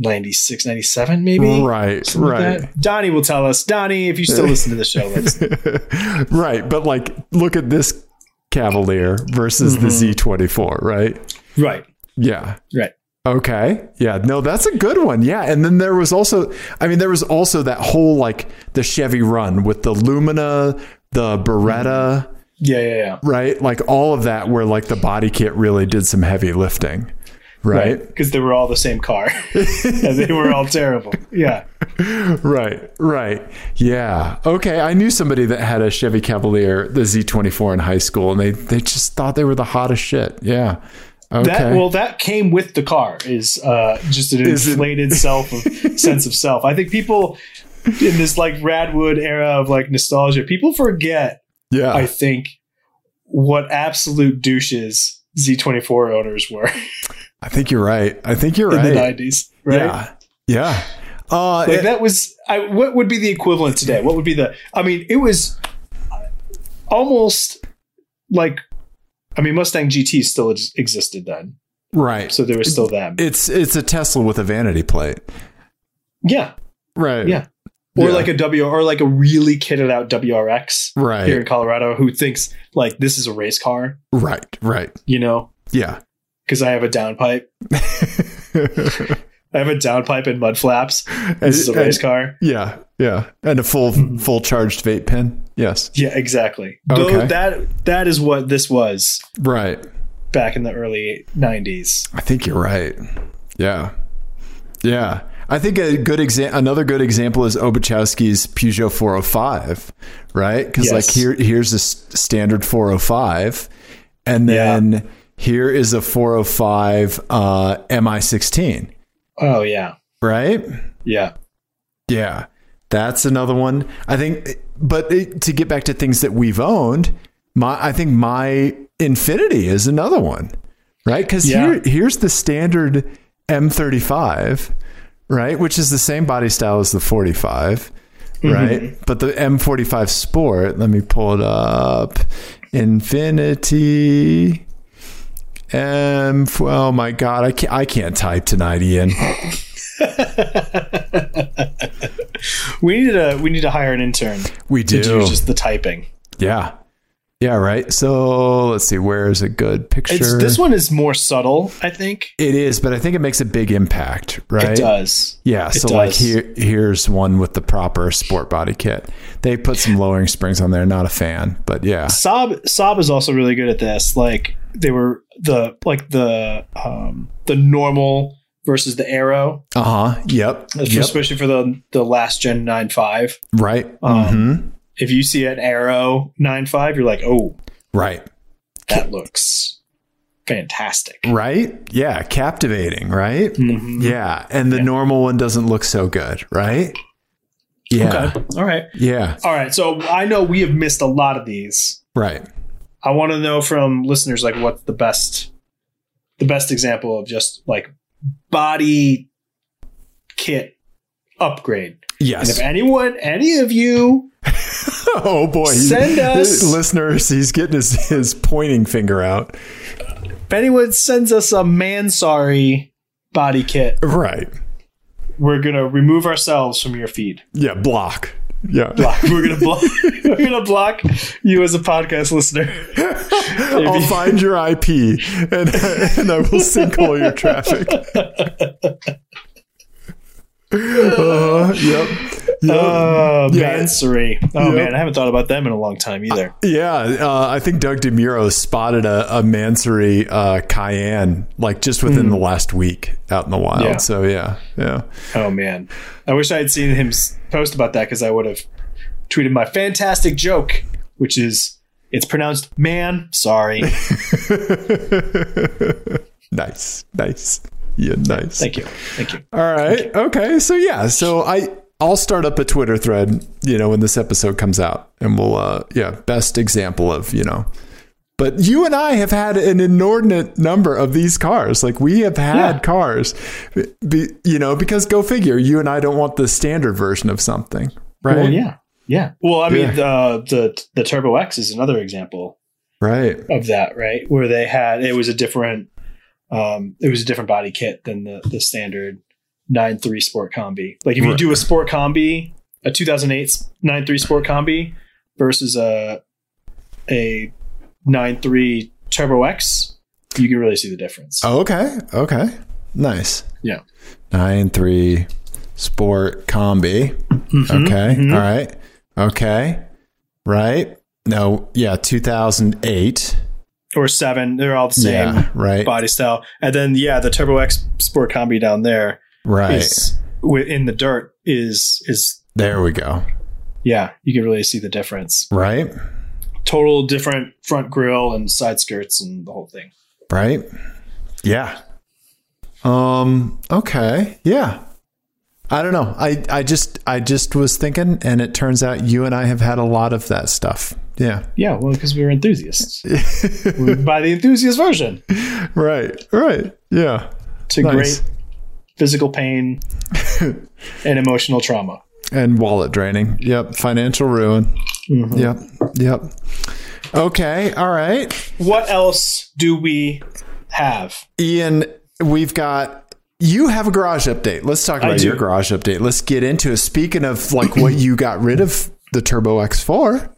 [SPEAKER 1] 96 97 maybe
[SPEAKER 2] Right,
[SPEAKER 1] Something like
[SPEAKER 2] right,
[SPEAKER 1] that. Donnie will tell us. Donnie, if you still listen to the show, let's,
[SPEAKER 2] right. But like, look at this Cavalier versus the Z24, right?
[SPEAKER 1] right,
[SPEAKER 2] Yeah,
[SPEAKER 1] right.
[SPEAKER 2] Okay. Yeah. No, that's a good one. Yeah. And then there was also, I mean, there was also that whole like the Chevy run with the Lumina, the Beretta,
[SPEAKER 1] Yeah, yeah, yeah.
[SPEAKER 2] right? Like all of that where like the body kit really did some heavy lifting, right?
[SPEAKER 1] Because they were all the same car, and they were all terrible. Yeah,
[SPEAKER 2] Right. Right. Yeah. Okay. I knew somebody that had a Chevy Cavalier, the Z24 in high school, and they, they just thought they were the hottest shit. Yeah. Okay.
[SPEAKER 1] that well, that came with the car. Is uh, just an
[SPEAKER 2] Is it-
[SPEAKER 1] inflated self of sense of self. I think people in this like Radwood era of like nostalgia, people forget.
[SPEAKER 2] yeah.
[SPEAKER 1] I think what absolute douches Z24 owners were
[SPEAKER 2] I think you're right. I think you're
[SPEAKER 1] in
[SPEAKER 2] right.
[SPEAKER 1] the nineties. Right?
[SPEAKER 2] Yeah. Yeah. Uh,
[SPEAKER 1] Like
[SPEAKER 2] it-
[SPEAKER 1] that was I, what would be the equivalent today? What would be the? I mean, it was almost like I mean Mustang GT still ex- existed then,
[SPEAKER 2] right.
[SPEAKER 1] so there was still them.
[SPEAKER 2] It's it's a Tesla with a vanity plate.
[SPEAKER 1] yeah,
[SPEAKER 2] Right.
[SPEAKER 1] Yeah. or
[SPEAKER 2] Yeah.
[SPEAKER 1] like a W, or like a really kitted out WRX
[SPEAKER 2] Right.
[SPEAKER 1] here in Colorado who thinks like this is a race car,
[SPEAKER 2] Right. Right.
[SPEAKER 1] you know?
[SPEAKER 2] Yeah.
[SPEAKER 1] Because I have a downpipe, I have a downpipe and mud flaps. This is a
[SPEAKER 2] And-
[SPEAKER 1] race car.
[SPEAKER 2] Yeah. Yeah. And a full full charged vape pen. Yes.
[SPEAKER 1] Yeah, exactly.
[SPEAKER 2] Okay.
[SPEAKER 1] Though that that is what this was
[SPEAKER 2] Right.
[SPEAKER 1] back in the early '90s.
[SPEAKER 2] I think you're right. Yeah. Yeah. I think a good example, another good example is Obachowski's Peugeot 405, right? Because
[SPEAKER 1] Yes.
[SPEAKER 2] like here, here's a s- standard 405, and then here is a 405 uh, MI16,
[SPEAKER 1] Oh yeah,
[SPEAKER 2] right?
[SPEAKER 1] yeah.
[SPEAKER 2] Yeah, that's another one. I think, but it, to get back to things that we've owned, my I think my Infinity is another one, right? Because
[SPEAKER 1] Yeah.
[SPEAKER 2] here here's the standard M35, right, which is the same body style as the 45, right? But the M45 Sport, let me pull it up. Infinity M. Oh my God, I can't, I can't type tonight, Ian.
[SPEAKER 1] We need to we need to hire an intern
[SPEAKER 2] We
[SPEAKER 1] to
[SPEAKER 2] do.
[SPEAKER 1] do just the typing.
[SPEAKER 2] yeah. Yeah, right. So let's see, where is a good picture?
[SPEAKER 1] It's this one is more subtle, I think.
[SPEAKER 2] It is, but I think it makes a big impact, right?
[SPEAKER 1] It does.
[SPEAKER 2] Yeah, so
[SPEAKER 1] does.
[SPEAKER 2] like here here's one with the proper sport body kit. They put some lowering springs on there, not a fan, but yeah.
[SPEAKER 1] Saab Saab is also really good at this. Like they were the like the um the normal versus the arrow,
[SPEAKER 2] Uh-huh. Yep. Yep.
[SPEAKER 1] especially for the the last gen 95.
[SPEAKER 2] Right.
[SPEAKER 1] Uh-huh.
[SPEAKER 2] mhm.
[SPEAKER 1] If you see an arrow 95, you're like, "Oh,
[SPEAKER 2] Right.
[SPEAKER 1] that looks fantastic."
[SPEAKER 2] Right? Yeah, captivating, right?
[SPEAKER 1] Mm-hmm.
[SPEAKER 2] Yeah, and the normal one doesn't look so good, right? Yeah.
[SPEAKER 1] Okay. All right.
[SPEAKER 2] Yeah.
[SPEAKER 1] All right. So I know we have missed a lot of these.
[SPEAKER 2] Right.
[SPEAKER 1] I want to know from listeners like what's the best the best example of just like body kit upgrade. And if
[SPEAKER 2] Yes.
[SPEAKER 1] anyone, any of you,
[SPEAKER 2] Oh boy.
[SPEAKER 1] Send us-
[SPEAKER 2] listeners, he's getting his, his pointing finger out.
[SPEAKER 1] if anyone sends us a man sorry body kit,
[SPEAKER 2] Right.
[SPEAKER 1] we're gonna remove ourselves from your feed.
[SPEAKER 2] Yeah, block. Yeah.
[SPEAKER 1] Block. We're gonna block. we're gonna block you as a podcast listener.
[SPEAKER 2] I'll find your IP and, and I will sinkhole your traffic. Uh, yep. Yep.
[SPEAKER 1] Oh,
[SPEAKER 2] Yeah.
[SPEAKER 1] Mansory. Oh
[SPEAKER 2] Yeah.
[SPEAKER 1] man, I haven't thought about them in a long time either.
[SPEAKER 2] yeah, uh, I think Doug DeMuro spotted a, a Mansory uh, Cayenne like just within the last week out in the wild.
[SPEAKER 1] Hmm. Yeah.
[SPEAKER 2] So yeah, yeah,
[SPEAKER 1] Oh man, I wish I had seen him s- post about that because I would have tweeted my fantastic joke, which is it's pronounced man. Sorry,
[SPEAKER 2] nice, nice, yeah, nice.
[SPEAKER 1] thank you, thank you.
[SPEAKER 2] All right. Okay. So yeah. So I I'll start up a Twitter thread. You know when this episode comes out, and we'll uh yeah best example of you know. But you and I have had an inordinate number of these cars. Like we have had
[SPEAKER 1] Yeah.
[SPEAKER 2] cars, be, you know, because go figure. You and I don't want the standard version of something, right?
[SPEAKER 1] Well, yeah, yeah. Well, I mean,
[SPEAKER 2] Yeah.
[SPEAKER 1] uh, the the Turbo X is another example
[SPEAKER 2] Right.
[SPEAKER 1] of that, right? Where they had it was a different, um, it was a different body kit than the the standard nine three Sport Combi. Like if you
[SPEAKER 2] Right.
[SPEAKER 1] do a Sport Combi, a 2008 nine three Sport Combi versus a a nine three Turbo X, you can really see the difference.
[SPEAKER 2] Oh, okay. Okay. Nice.
[SPEAKER 1] Yeah.
[SPEAKER 2] Nine three sport combi. okay. All right. Okay. Right. No. Yeah. Two thousand eight.
[SPEAKER 1] Or seven, they're all the same
[SPEAKER 2] Yeah. Right.
[SPEAKER 1] body style. And then yeah, the Turbo X Sport Combi down there
[SPEAKER 2] right.
[SPEAKER 1] is wi- in the dirt is is
[SPEAKER 2] there we go.
[SPEAKER 1] yeah, you can really see the difference.
[SPEAKER 2] Right.
[SPEAKER 1] total different front grill and side skirts and the whole thing.
[SPEAKER 2] Right. Yeah. Um. Okay. Yeah. I don't know. I I just I just was thinking, and it turns out you and I have had a lot of that stuff. Yeah.
[SPEAKER 1] Yeah, well, because we were enthusiasts. we buy the enthusiast version
[SPEAKER 2] Right. Right. Yeah.
[SPEAKER 1] to
[SPEAKER 2] Nice.
[SPEAKER 1] great physical pain and emotional trauma.
[SPEAKER 2] and wallet draining. Yep, financial ruin. Yep, yep. Okay, all right,
[SPEAKER 1] What else do we have?
[SPEAKER 2] Ian. We've got you have a garage update. Let's talk about
[SPEAKER 1] do.
[SPEAKER 2] your garage update. Let's get into it. Speaking of like what you got rid of the Turbo X for.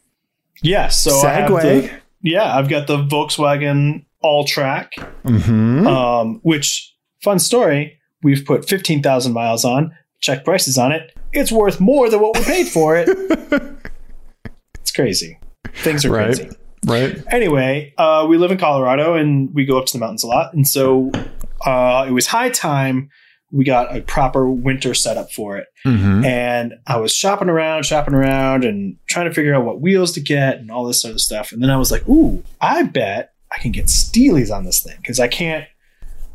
[SPEAKER 1] Yeah, so Oh, I have
[SPEAKER 2] Segway.
[SPEAKER 1] the- yeah, I've got the Volkswagen All Track,
[SPEAKER 2] Mm-hmm.
[SPEAKER 1] um, which fun story. We've put fifteen thousand miles on. Check prices on it. It's worth more than what we paid for it. it's crazy. Things are
[SPEAKER 2] Right.
[SPEAKER 1] crazy.
[SPEAKER 2] Right.
[SPEAKER 1] anyway, uh, we live in Colorado and we go up to the mountains a lot. And so uh, it was high time we got a proper winter setup for it.
[SPEAKER 2] Mm-hmm.
[SPEAKER 1] And I was shopping around, shopping around, and trying to figure out what wheels to get and all this sort of stuff. And then I was like, ooh, I bet I can get Steelies on this thing because I can't,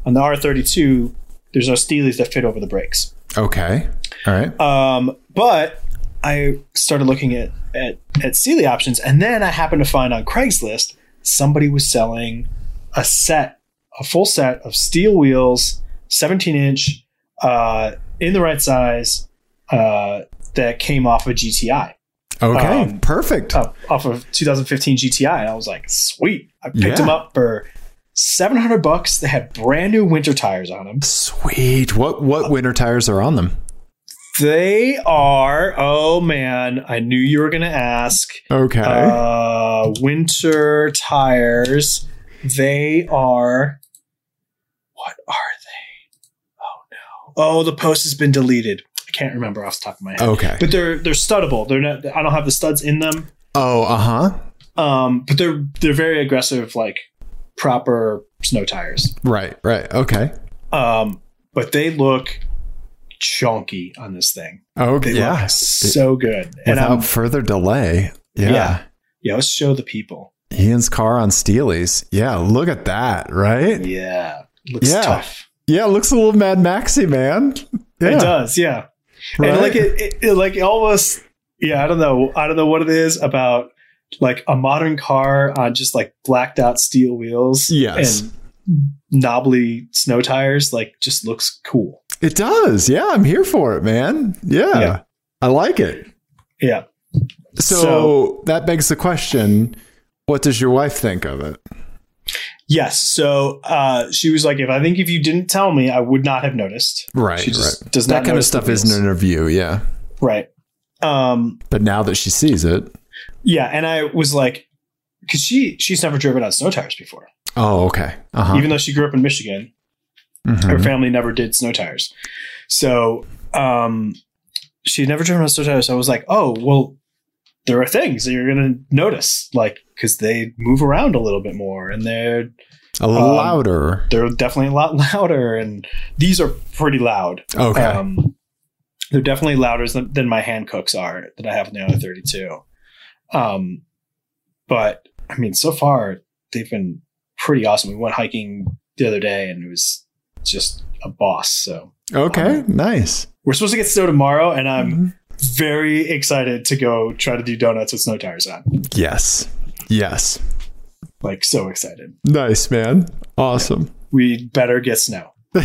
[SPEAKER 1] on the R32, there's no Steelies that fit over the brakes.
[SPEAKER 2] Okay. All right.
[SPEAKER 1] Um, but I started looking at at at Sealy options, and then I happened to find on Craigslist somebody was selling a set, a full set of steel wheels 17 inch, uh, in the right size, uh, that came off of GTI,
[SPEAKER 2] Okay.
[SPEAKER 1] Um,
[SPEAKER 2] perfect.
[SPEAKER 1] uh, off of 2015 GTI, and I was like, sweet. I picked
[SPEAKER 2] Yeah.
[SPEAKER 1] them up for 700 bucks. They had brand new winter tires on them.
[SPEAKER 2] Sweet. What what winter tires are on them?
[SPEAKER 1] They are. Oh man, I knew you were gonna ask.
[SPEAKER 2] Okay.
[SPEAKER 1] Uh, winter tires. They are. What are they? Oh no. Oh, the post has been deleted. I can't remember off the top of my head.
[SPEAKER 2] okay.
[SPEAKER 1] But they're they're studable. They're not. I don't have the studs in them.
[SPEAKER 2] Oh, uh-huh.
[SPEAKER 1] Um, but they're they're very aggressive, like proper snow tires.
[SPEAKER 2] Right, right. Okay.
[SPEAKER 1] Um, but they look chunky on this thing.
[SPEAKER 2] Okay.
[SPEAKER 1] They
[SPEAKER 2] Yeah.
[SPEAKER 1] look so good. And
[SPEAKER 2] Without
[SPEAKER 1] I'm
[SPEAKER 2] further delay. Yeah.
[SPEAKER 1] Yeah. Yeah, let's show the people.
[SPEAKER 2] Ian's car on Steely's. Yeah, look at that, right?
[SPEAKER 1] Yeah. Looks
[SPEAKER 2] Yeah.
[SPEAKER 1] tough.
[SPEAKER 2] Yeah, it looks a little Mad Maxy, man. Yeah.
[SPEAKER 1] It does, yeah.
[SPEAKER 2] right?
[SPEAKER 1] And like it, it, it like it almost yeah, I don't know. I don't know what it is about like a modern car on just like blacked out steel wheels
[SPEAKER 2] Yes.
[SPEAKER 1] and knobbly snow tires, like just looks cool.
[SPEAKER 2] It does. Yeah, I'm here for it, man. Yeah.
[SPEAKER 1] Yeah.
[SPEAKER 2] I like it.
[SPEAKER 1] Yeah.
[SPEAKER 2] So,
[SPEAKER 1] So-
[SPEAKER 2] that begs the question, what does your wife think of it?
[SPEAKER 1] Yes. So uh she was like, if I think if you didn't tell me, I would not have noticed.
[SPEAKER 2] Right.
[SPEAKER 1] she just does not
[SPEAKER 2] That kind of
[SPEAKER 1] notice the
[SPEAKER 2] stuff isn't
[SPEAKER 1] wheels.
[SPEAKER 2] in her view, yeah.
[SPEAKER 1] right. Um
[SPEAKER 2] But now that she sees it,
[SPEAKER 1] yeah, and I was like, because she she's never driven on snow tires before.
[SPEAKER 2] oh, okay. Uh-huh.
[SPEAKER 1] Even though she grew up in Michigan, her
[SPEAKER 2] Mhm.
[SPEAKER 1] family never did snow tires. So um, she had never driven on snow tires. So I was like, oh, well, there are things that you're going to notice, like, because they move around a little bit more and they're,
[SPEAKER 2] A little
[SPEAKER 1] um,
[SPEAKER 2] louder.
[SPEAKER 1] they're definitely a lot louder. And these are pretty loud.
[SPEAKER 2] Okay.
[SPEAKER 1] Um, they're definitely louder than, than my hand cooks are that I have now at 32. Um, but I mean, so far they've been pretty awesome. We went hiking the other day and it was just a boss. So
[SPEAKER 2] okay. nice.
[SPEAKER 1] we're supposed to get snow tomorrow and I'm
[SPEAKER 2] Mhm.
[SPEAKER 1] very excited to go try to do donuts with snow tires on.
[SPEAKER 2] Yes. Yes.
[SPEAKER 1] Like so excited.
[SPEAKER 2] Nice, man. Awesome.
[SPEAKER 1] We better get snow.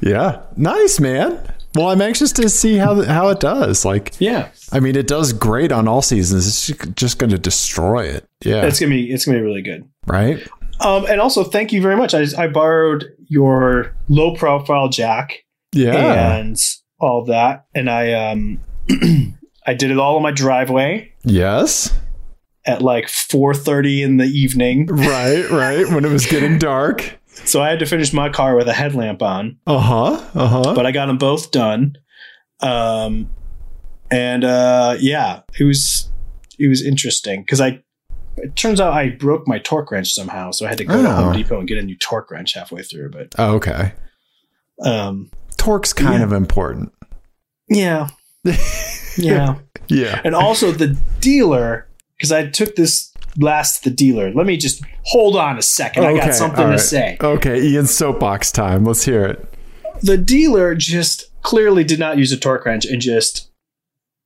[SPEAKER 2] yeah. Nice, man. Well, I'm anxious to see how how it does. Like,
[SPEAKER 1] Yeah.
[SPEAKER 2] I mean, it does great on all seasons. It's ju- just going to destroy it. Yeah.
[SPEAKER 1] It's gonna be it's gonna be really good.
[SPEAKER 2] right.
[SPEAKER 1] Um and also thank you very much. I I borrowed your low profile jack
[SPEAKER 2] Yeah.
[SPEAKER 1] and all that. And I um I did it all in my driveway
[SPEAKER 2] Yes.
[SPEAKER 1] at like 4:30 in the evening.
[SPEAKER 2] Right. Right. when it was getting dark.
[SPEAKER 1] So I had to finish my car with a headlamp on,
[SPEAKER 2] Uh huh. Uh huh.
[SPEAKER 1] but I got them both done. Um and uh yeah, it was it was interesting cuz I it turns out I broke my torque wrench somehow, so I had to go to
[SPEAKER 2] Oh.
[SPEAKER 1] Home Depot and get a new torque wrench halfway through, but
[SPEAKER 2] okay.
[SPEAKER 1] um
[SPEAKER 2] Torque's kind
[SPEAKER 1] Yeah.
[SPEAKER 2] of important.
[SPEAKER 1] yeah. yeah.
[SPEAKER 2] Yeah.
[SPEAKER 1] and also the dealer because I took this last to the dealer. Let me just hold on a second. I
[SPEAKER 2] Okay,
[SPEAKER 1] got something
[SPEAKER 2] all
[SPEAKER 1] to
[SPEAKER 2] right.
[SPEAKER 1] say.
[SPEAKER 2] Okay. Ian's soapbox time. Let's hear it.
[SPEAKER 1] The dealer just clearly did not use a torque wrench and just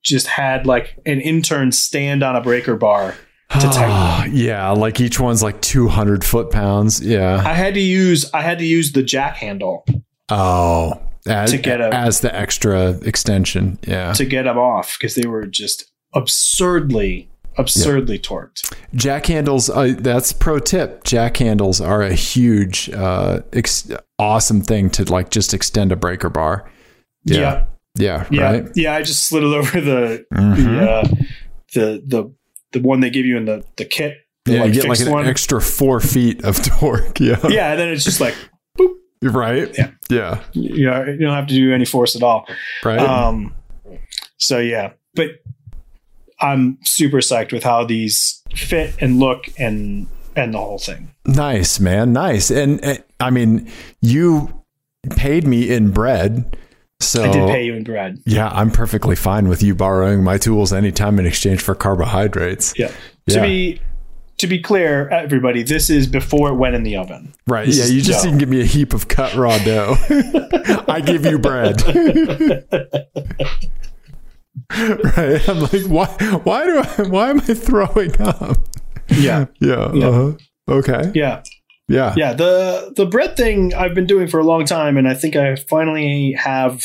[SPEAKER 1] just had like an intern stand on a breaker bar. to tighten
[SPEAKER 2] yeah. Like each one's like 200 foot pounds. Yeah.
[SPEAKER 1] I had to use I had to use the jack handle
[SPEAKER 2] Oh, as,
[SPEAKER 1] To get a-
[SPEAKER 2] as the extra extension. Yeah.
[SPEAKER 1] to get them off because they were just absurdly absurdly torqued.
[SPEAKER 2] jack handles. Uh, that's pro tip. Jack handles are a huge, uh, ex- awesome thing to like just extend a breaker bar. Yeah. Yeah.
[SPEAKER 1] Yeah.
[SPEAKER 2] Right.
[SPEAKER 1] Yeah, I just slid it over the
[SPEAKER 2] Mhm.
[SPEAKER 1] the, uh, the the the one they give you in the the kit. the,
[SPEAKER 2] Yeah, you get like
[SPEAKER 1] fixed
[SPEAKER 2] an extra four feet of torque. Yeah.
[SPEAKER 1] yeah, and then it's just like
[SPEAKER 2] Right.
[SPEAKER 1] Yeah.
[SPEAKER 2] Yeah.
[SPEAKER 1] you, know, you don't have to do any force at all.
[SPEAKER 2] Right.
[SPEAKER 1] Um, so yeah, but I'm super psyched with how these fit and look and and the whole thing.
[SPEAKER 2] Nice, man. Nice. And, and, I mean, you paid me in bread. So
[SPEAKER 1] I did pay you in bread.
[SPEAKER 2] yeah, I'm perfectly fine with you borrowing my tools anytime in exchange for carbohydrates.
[SPEAKER 1] Yeah.
[SPEAKER 2] Yeah.
[SPEAKER 1] To be to be clear, everybody, this is before it went in the oven.
[SPEAKER 2] Right.
[SPEAKER 1] This
[SPEAKER 2] yeah,
[SPEAKER 1] is
[SPEAKER 2] you just
[SPEAKER 1] dough.
[SPEAKER 2] didn't give me a heap of cut raw dough. I give you bread. right. I'm like, why why do I why am I throwing up?
[SPEAKER 1] Yeah.
[SPEAKER 2] Yeah.
[SPEAKER 1] Yeah.
[SPEAKER 2] Uh-huh. Okay.
[SPEAKER 1] Yeah.
[SPEAKER 2] Yeah.
[SPEAKER 1] yeah the the bread thing i've been doing for a long time and i think i finally have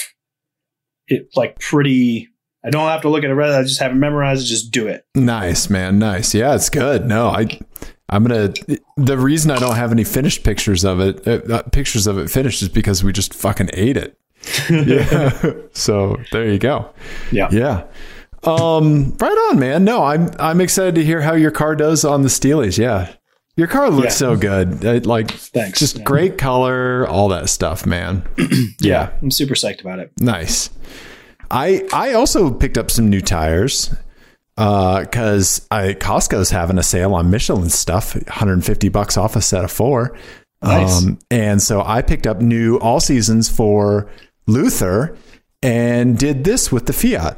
[SPEAKER 1] it like pretty i don't have to look at a reddit i just have it memorized just do it
[SPEAKER 2] Nice, man. Nice. Yeah, it's good. No, I I'm going to the reason I don't have any finished pictures of it, uh, uh, pictures of it finished is because we just fucking ate it. Yeah. so, there you go.
[SPEAKER 1] yeah
[SPEAKER 2] Yeah. Um right on, man. No, I'm I'm excited to hear how your car does on the Steelies. Yeah. Your car looks
[SPEAKER 1] Yeah.
[SPEAKER 2] so good. It, like
[SPEAKER 1] Thanks,
[SPEAKER 2] just
[SPEAKER 1] yeah.
[SPEAKER 2] great color, all that stuff, man. yeah.
[SPEAKER 1] i'm super psyched about it
[SPEAKER 2] Nice. I I also picked up some new tires because I Costco's having a sale on Michelin stuff, 150 bucks off a set of four. Um,
[SPEAKER 1] Nice.
[SPEAKER 2] and so I picked up new all seasons for Luther and did this with the Fiat.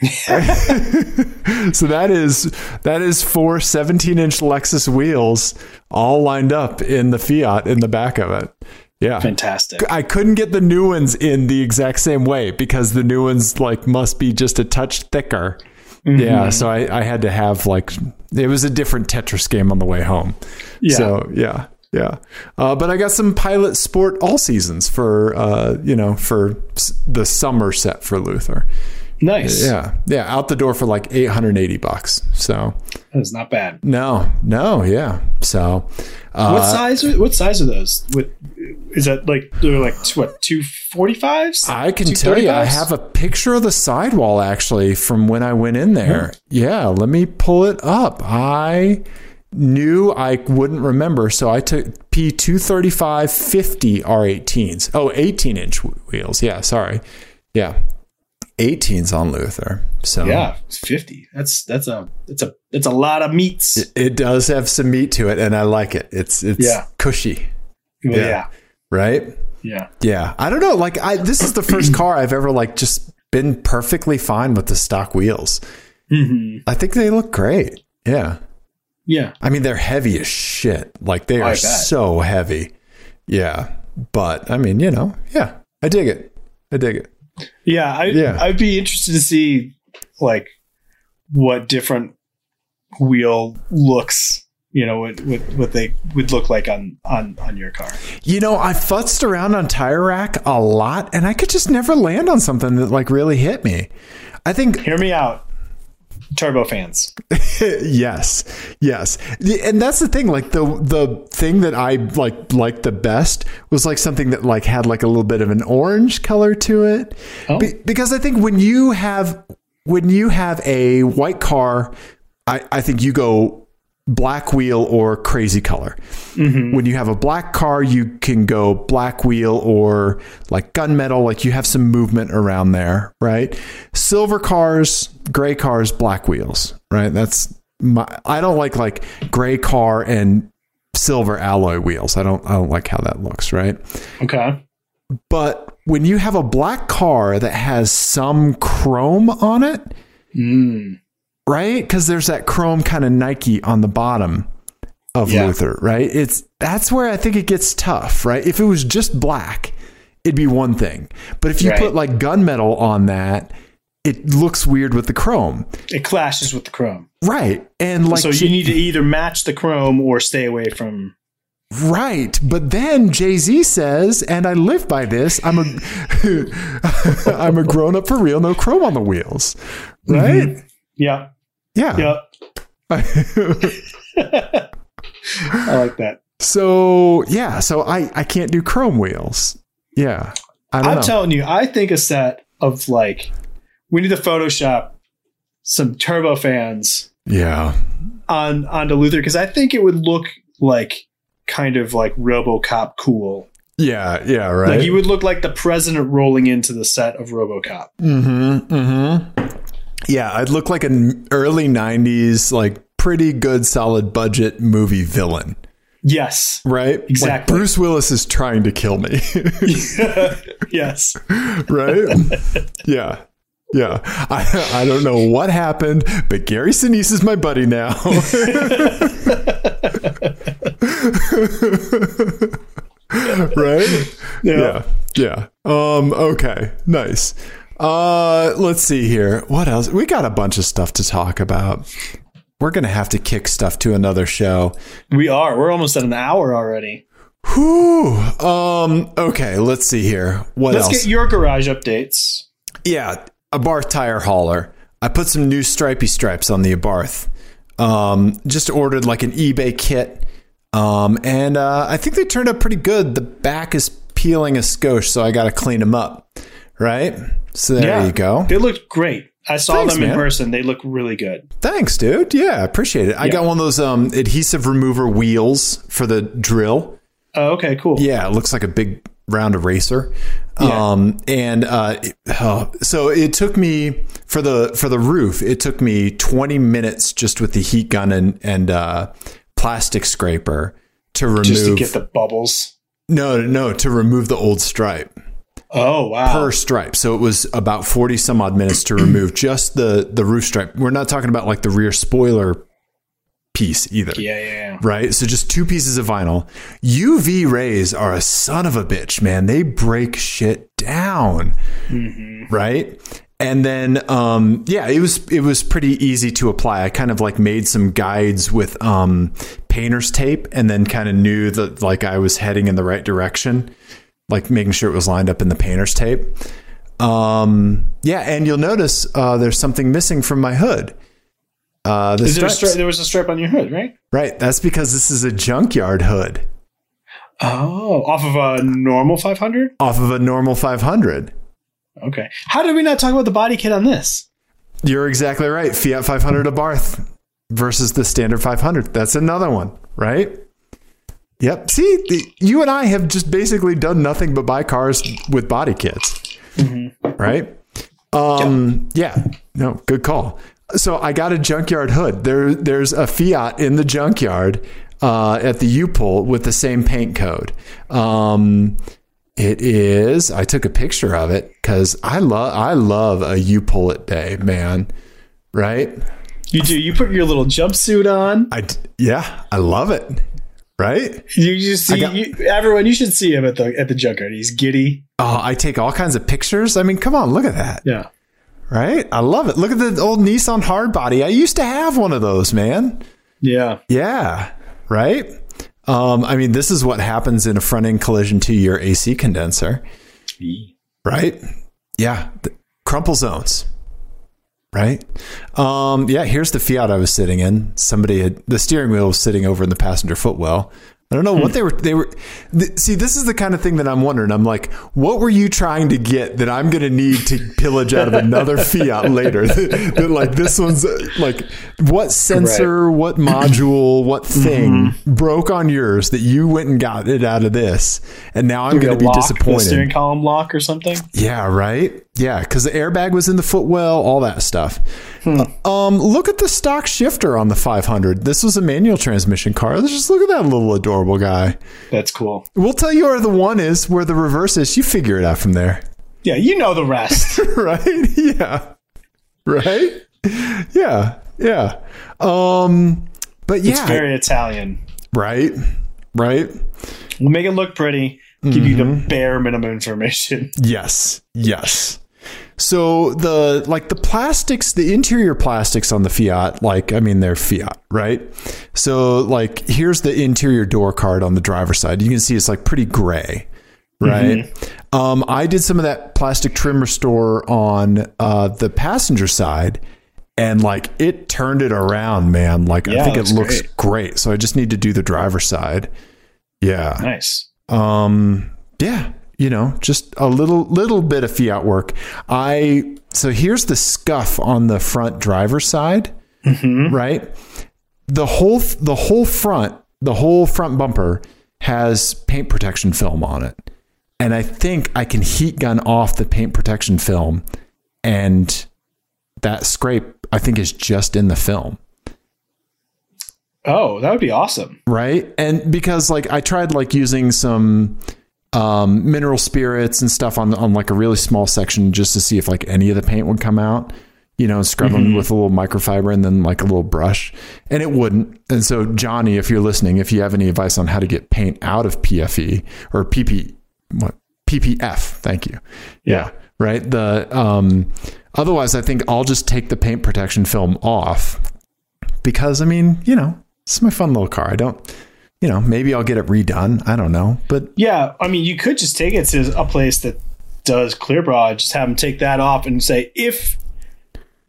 [SPEAKER 2] so that is that is four 17 inch Lexus wheels all lined up in the Fiat in the back of it. Yeah.
[SPEAKER 1] fantastic
[SPEAKER 2] I couldn't get the new ones in the exact same way because the new ones like must be just a touch thicker. Yeah, so I, I had to have like it was a different Tetris game on the way home.
[SPEAKER 1] Yeah.
[SPEAKER 2] So yeah, yeah. Uh, but I got some Pilot Sport All Seasons for uh, you know for s- the summer set for Luther.
[SPEAKER 1] nice yeah
[SPEAKER 2] Yeah, yeah. Out the door for like eight hundred and eighty bucks. So
[SPEAKER 1] that's not bad
[SPEAKER 2] no, no, yeah. So uh,
[SPEAKER 1] what size are, what size are those with is that like they're like t- what 245s
[SPEAKER 2] I can tell you, I
[SPEAKER 1] 235s?
[SPEAKER 2] have a picture of the sidewall actually from when I went in there. Yeah, let me pull it up. I knew I wouldn't remember, so I took P235 50 R18s. Oh, 18 inch wheels. Yeah, sorry. Yeah. 18s on Luther. So
[SPEAKER 1] yeah 50 that's that's a that's a that's a lot of meats
[SPEAKER 2] it does have some meat to it, and I like it. It's it's
[SPEAKER 1] Yeah.
[SPEAKER 2] cushy,
[SPEAKER 1] yeah
[SPEAKER 2] yeah.
[SPEAKER 1] yeah,
[SPEAKER 2] right? Yeah, I don't know. Like, I this is the first car I've ever like just been perfectly fine with the stock wheels.
[SPEAKER 1] Mhm.
[SPEAKER 2] I think they look great. Yeah,
[SPEAKER 1] yeah.
[SPEAKER 2] I mean they're heavy as shit. Like they
[SPEAKER 1] I
[SPEAKER 2] are
[SPEAKER 1] bet.
[SPEAKER 2] so heavy. Yeah, but I mean you know yeah, I dig it. I dig it.
[SPEAKER 1] Yeah, I,
[SPEAKER 2] Yeah.
[SPEAKER 1] I'd be interested to see like what different wheel looks, you know, what what, what they would look like on on on your car.
[SPEAKER 2] You know I futzed around on tire rack a lot, and I could just never land on something that like really hit me. I think
[SPEAKER 1] Hear me out, turbo fans.
[SPEAKER 2] yes yes The- and that's the thing like the the thing that i like liked the best was like something that like had like a little bit of an orange color to it
[SPEAKER 1] Oh.
[SPEAKER 2] Be- because i think when you have when you have a white car i i think you go black wheel or crazy color when you have a black car you can go black wheel or like gunmetal like you have some movement around there right silver cars gray cars black wheels right that's my i don't like like gray car and silver alloy wheels i don't i don't like how that looks right
[SPEAKER 1] Okay.
[SPEAKER 2] but when you have a black car that has some chrome on it Hmm.
[SPEAKER 1] Mm.
[SPEAKER 2] right? Because there's that chrome kind of Nike on the bottom of
[SPEAKER 1] Yeah.
[SPEAKER 2] Luther, right? It's that's where I think it gets tough, right? If it was just black, it'd be one thing, but if you
[SPEAKER 1] Right.
[SPEAKER 2] put like gunmetal on that, it looks weird with the chrome,
[SPEAKER 1] It clashes with the chrome.
[SPEAKER 2] right? And like
[SPEAKER 1] so you need to either match the chrome or stay away from
[SPEAKER 2] Right, but then Jay Z says, and I live by this. I'm a, I'm a grown up for real. No chrome on the wheels,
[SPEAKER 1] Mm-hmm.
[SPEAKER 2] right?
[SPEAKER 1] Yeah.
[SPEAKER 2] Yeah.
[SPEAKER 1] Yeah. I like that.
[SPEAKER 2] So yeah, so I I can't do Chrome wheels. Yeah, I don't
[SPEAKER 1] I'm
[SPEAKER 2] know.
[SPEAKER 1] telling you, I think a set of like we need to Photoshop some turbo fans
[SPEAKER 2] yeah,
[SPEAKER 1] on onto Luther because I think it would look like kind of like RoboCop cool.
[SPEAKER 2] yeah, yeah. Right.
[SPEAKER 1] Like you would look like the president rolling into the set of RoboCop.
[SPEAKER 2] mm-hmm. Mm-hmm. Yeah, I'd look like an early '90s, like pretty good, solid budget movie villain,
[SPEAKER 1] Yes.
[SPEAKER 2] right? Like,
[SPEAKER 1] Exactly.
[SPEAKER 2] Bruce Willis is trying to kill me,
[SPEAKER 1] yes.
[SPEAKER 2] right? yeah. Yeah, I, I don't know what happened, but Gary Sinise is my buddy now. right? yeah yeah um okay nice uh let's see here what else we got a bunch of stuff to talk about We're gonna have to kick stuff to another show.
[SPEAKER 1] We are. We're almost at an hour already.
[SPEAKER 2] Whew. Um. Okay. Let's see here. What
[SPEAKER 1] Let's
[SPEAKER 2] else?
[SPEAKER 1] get your garage updates.
[SPEAKER 2] yeah, a barth tire hauler. I put some new stripy stripes on the Abarth. Um, just ordered like an eBay kit, um, and uh, I think they turned out pretty good. The back is peeling a skosh, so I got to clean them up. Right. So there you go.
[SPEAKER 1] They looked great. I saw
[SPEAKER 2] Thanks,
[SPEAKER 1] them in
[SPEAKER 2] man.
[SPEAKER 1] person. They look really good.
[SPEAKER 2] Thanks, dude. Yeah, I appreciate it. I got one of those um, adhesive remover wheels for the drill.
[SPEAKER 1] Oh, okay, cool.
[SPEAKER 2] Yeah, it looks like a big round eraser.
[SPEAKER 1] Yeah.
[SPEAKER 2] Um, and uh, it- oh, so it took me for the for the roof. It took me 20 minutes just with the heat gun and and uh, plastic scraper to remove.
[SPEAKER 1] Just to get the bubbles.
[SPEAKER 2] no, no, to remove the old stripe
[SPEAKER 1] Oh wow.
[SPEAKER 2] per stripe. So it was about 40 some odd minutes to remove just the the roof stripe. We're not talking about like the rear spoiler piece either
[SPEAKER 1] yeah, yeah, yeah.
[SPEAKER 2] right? So just two pieces of vinyl. UV rays are a son of a bitch, man. They break shit down,
[SPEAKER 1] Mm-hmm.
[SPEAKER 2] right? And then, um, yeah, it was it was pretty easy to apply. I kind of like made some guides with um, painter's tape, and then kind of knew that like I was heading in the right direction, like making sure it was lined up in the painter's tape. Um, yeah, and you'll notice uh, there's something missing from my hood. Uh, the
[SPEAKER 1] Is there, a
[SPEAKER 2] stripes.
[SPEAKER 1] stri- there was a stripe on your hood, right?
[SPEAKER 2] Right. That's because this is a junkyard hood
[SPEAKER 1] Oh, off of a normal 500.
[SPEAKER 2] off of a normal 500.
[SPEAKER 1] Okay. How did we not talk about the body kit on this?
[SPEAKER 2] You're exactly right. Fiat 500 Abarth versus the standard 500. That's another one, right? Yep. See, the- you and I have just basically done nothing but buy cars with body kits, right? Um, yeah. No, good call. So I got a junkyard hood. There, there's a Fiat in the junkyard uh, at the U pole with the same paint code. Um, It is. I took a picture of it because I love I love a you pull it day, man. Right?
[SPEAKER 1] You do. You put your little jumpsuit on.
[SPEAKER 2] I d- yeah, I love it. Right?
[SPEAKER 1] You just see
[SPEAKER 2] got-
[SPEAKER 1] you, everyone. You should see him at the at the junkyard. He's giddy.
[SPEAKER 2] Oh, I take all kinds of pictures. I mean, come on, look at that.
[SPEAKER 1] Yeah.
[SPEAKER 2] Right? I love it. Look at the old Nissan Hardbody. I used to have one of those, man.
[SPEAKER 1] Yeah.
[SPEAKER 2] Yeah. Right? Um, I mean, this is what happens in a front end collision to your AC condenser. right? Yeah, the crumple zones, right? Um, yeah, here's the Fiat I was sitting in. Somebody had the steering wheel was sitting over in the passenger footwell. I don't know
[SPEAKER 1] Hmm.
[SPEAKER 2] what they were. They were. Th- see, this is the kind of thing that I'm wondering. I'm like, what were you trying to get that I'm going to need to pillage out of another Fiat later? that like this one's uh, like what sensor, what module, what thing
[SPEAKER 1] Mm-hmm.
[SPEAKER 2] broke on yours that you went and got it out of this, and now I'm going to be
[SPEAKER 1] Lock, the
[SPEAKER 2] disappointed.
[SPEAKER 1] steering column lock or something.
[SPEAKER 2] Yeah, right. Yeah, because the airbag was in the footwell, all that stuff. Um, look at the stock shifter on the 500. This was a manual transmission car. Let's just look at that little adorable guy.
[SPEAKER 1] That's cool.
[SPEAKER 2] We'll tell you where the one is, where the reverse is. You figure it out from there,
[SPEAKER 1] Yeah. You know the rest.
[SPEAKER 2] right? Yeah, right. Yeah, yeah. Um, but yeah,
[SPEAKER 1] Very Italian.
[SPEAKER 2] right, right.
[SPEAKER 1] We'll make it look pretty. Give you the bare minimum information.
[SPEAKER 2] Yes. Yes. So the like the plastics, the interior plastics on the Fiat, like I mean they're Fiat, right? So like here's the interior door card on the driver's side. You can see it's like pretty gray, right? Um, I did some of that plastic trim restore on uh, the passenger side, and like it turned it around, man. Like I
[SPEAKER 1] Yeah,
[SPEAKER 2] think it
[SPEAKER 1] looks
[SPEAKER 2] looks great. So I just need to do the driver's side. Yeah
[SPEAKER 1] Nice.
[SPEAKER 2] um yeah you know just a little little bit of fiat work i so here's the scuff on the front driver's side right the whole the whole front the whole front bumper has paint protection film on it and i think i can heat gun off the paint protection film and that scrape i think is just in the film
[SPEAKER 1] Oh, that would be awesome.
[SPEAKER 2] right and because like i tried like using some um mineral spirits and stuff on on like a really small section just to see if like any of the paint would come out you know and scrub them with a little microfiber and then like a little brush and it wouldn't and so johnny if you're listening if you have any advice on how to get paint out of pfe or pp what ppf thank you yeah right the um otherwise i think i'll just take the paint protection film off because I mean, you know, it's my fun little car. I don't, you know, maybe I'll get it redone. I don't know, but
[SPEAKER 1] Yeah, I mean, you could just take it to a place that does clear bra, just have them take that off and say, if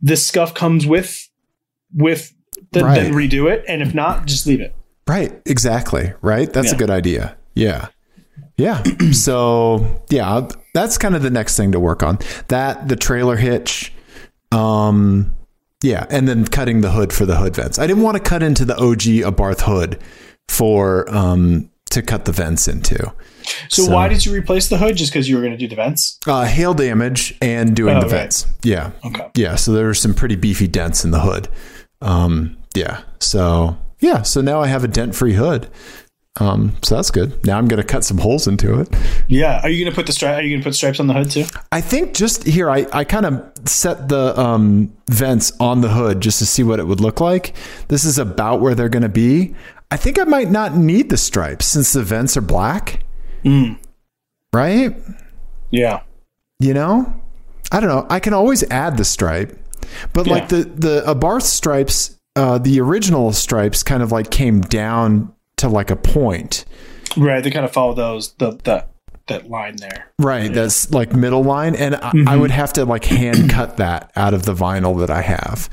[SPEAKER 1] this scuff comes with, with, then, then
[SPEAKER 2] Right.
[SPEAKER 1] redo it. And if not, just leave it.
[SPEAKER 2] right, exactly, right. That's a
[SPEAKER 1] Yeah.
[SPEAKER 2] good idea. Yeah, yeah. so yeah, I'll- that's kind of the next thing to work on. That the trailer hitch, um, yeah, and then cutting the hood for the hood vents. I didn't want to cut into the OG Abarth hood for um to cut the vents into.
[SPEAKER 1] So, why did you replace the hood? Just because you were going to do the vents?
[SPEAKER 2] Uh, hail damage and doing
[SPEAKER 1] Oh,
[SPEAKER 2] the
[SPEAKER 1] right.
[SPEAKER 2] vents. Yeah.
[SPEAKER 1] Okay.
[SPEAKER 2] Yeah. So there were some pretty beefy dents in the hood. Um, yeah. So, yeah. So now I have a dent free hood. Um, so that's good. Now I'm going to cut some holes into it.
[SPEAKER 1] Yeah. Are you going to put the stri- Are you going to put stripes on the hood too?
[SPEAKER 2] I think just here, I, I kind of set the um, vents on the hood just to see what it would look like. This is about where they're going to be. I think I might not need the stripes since the vents are black. Right?
[SPEAKER 1] Yeah.
[SPEAKER 2] you know i don't know i can always add the stripe but
[SPEAKER 1] Yeah.
[SPEAKER 2] like the the abarth stripes uh the original stripes kind of like came down to like a point
[SPEAKER 1] Right. They kind of follow those the that that line there.
[SPEAKER 2] right that's like middle line and I, I would have to like hand cut that out of the vinyl that i have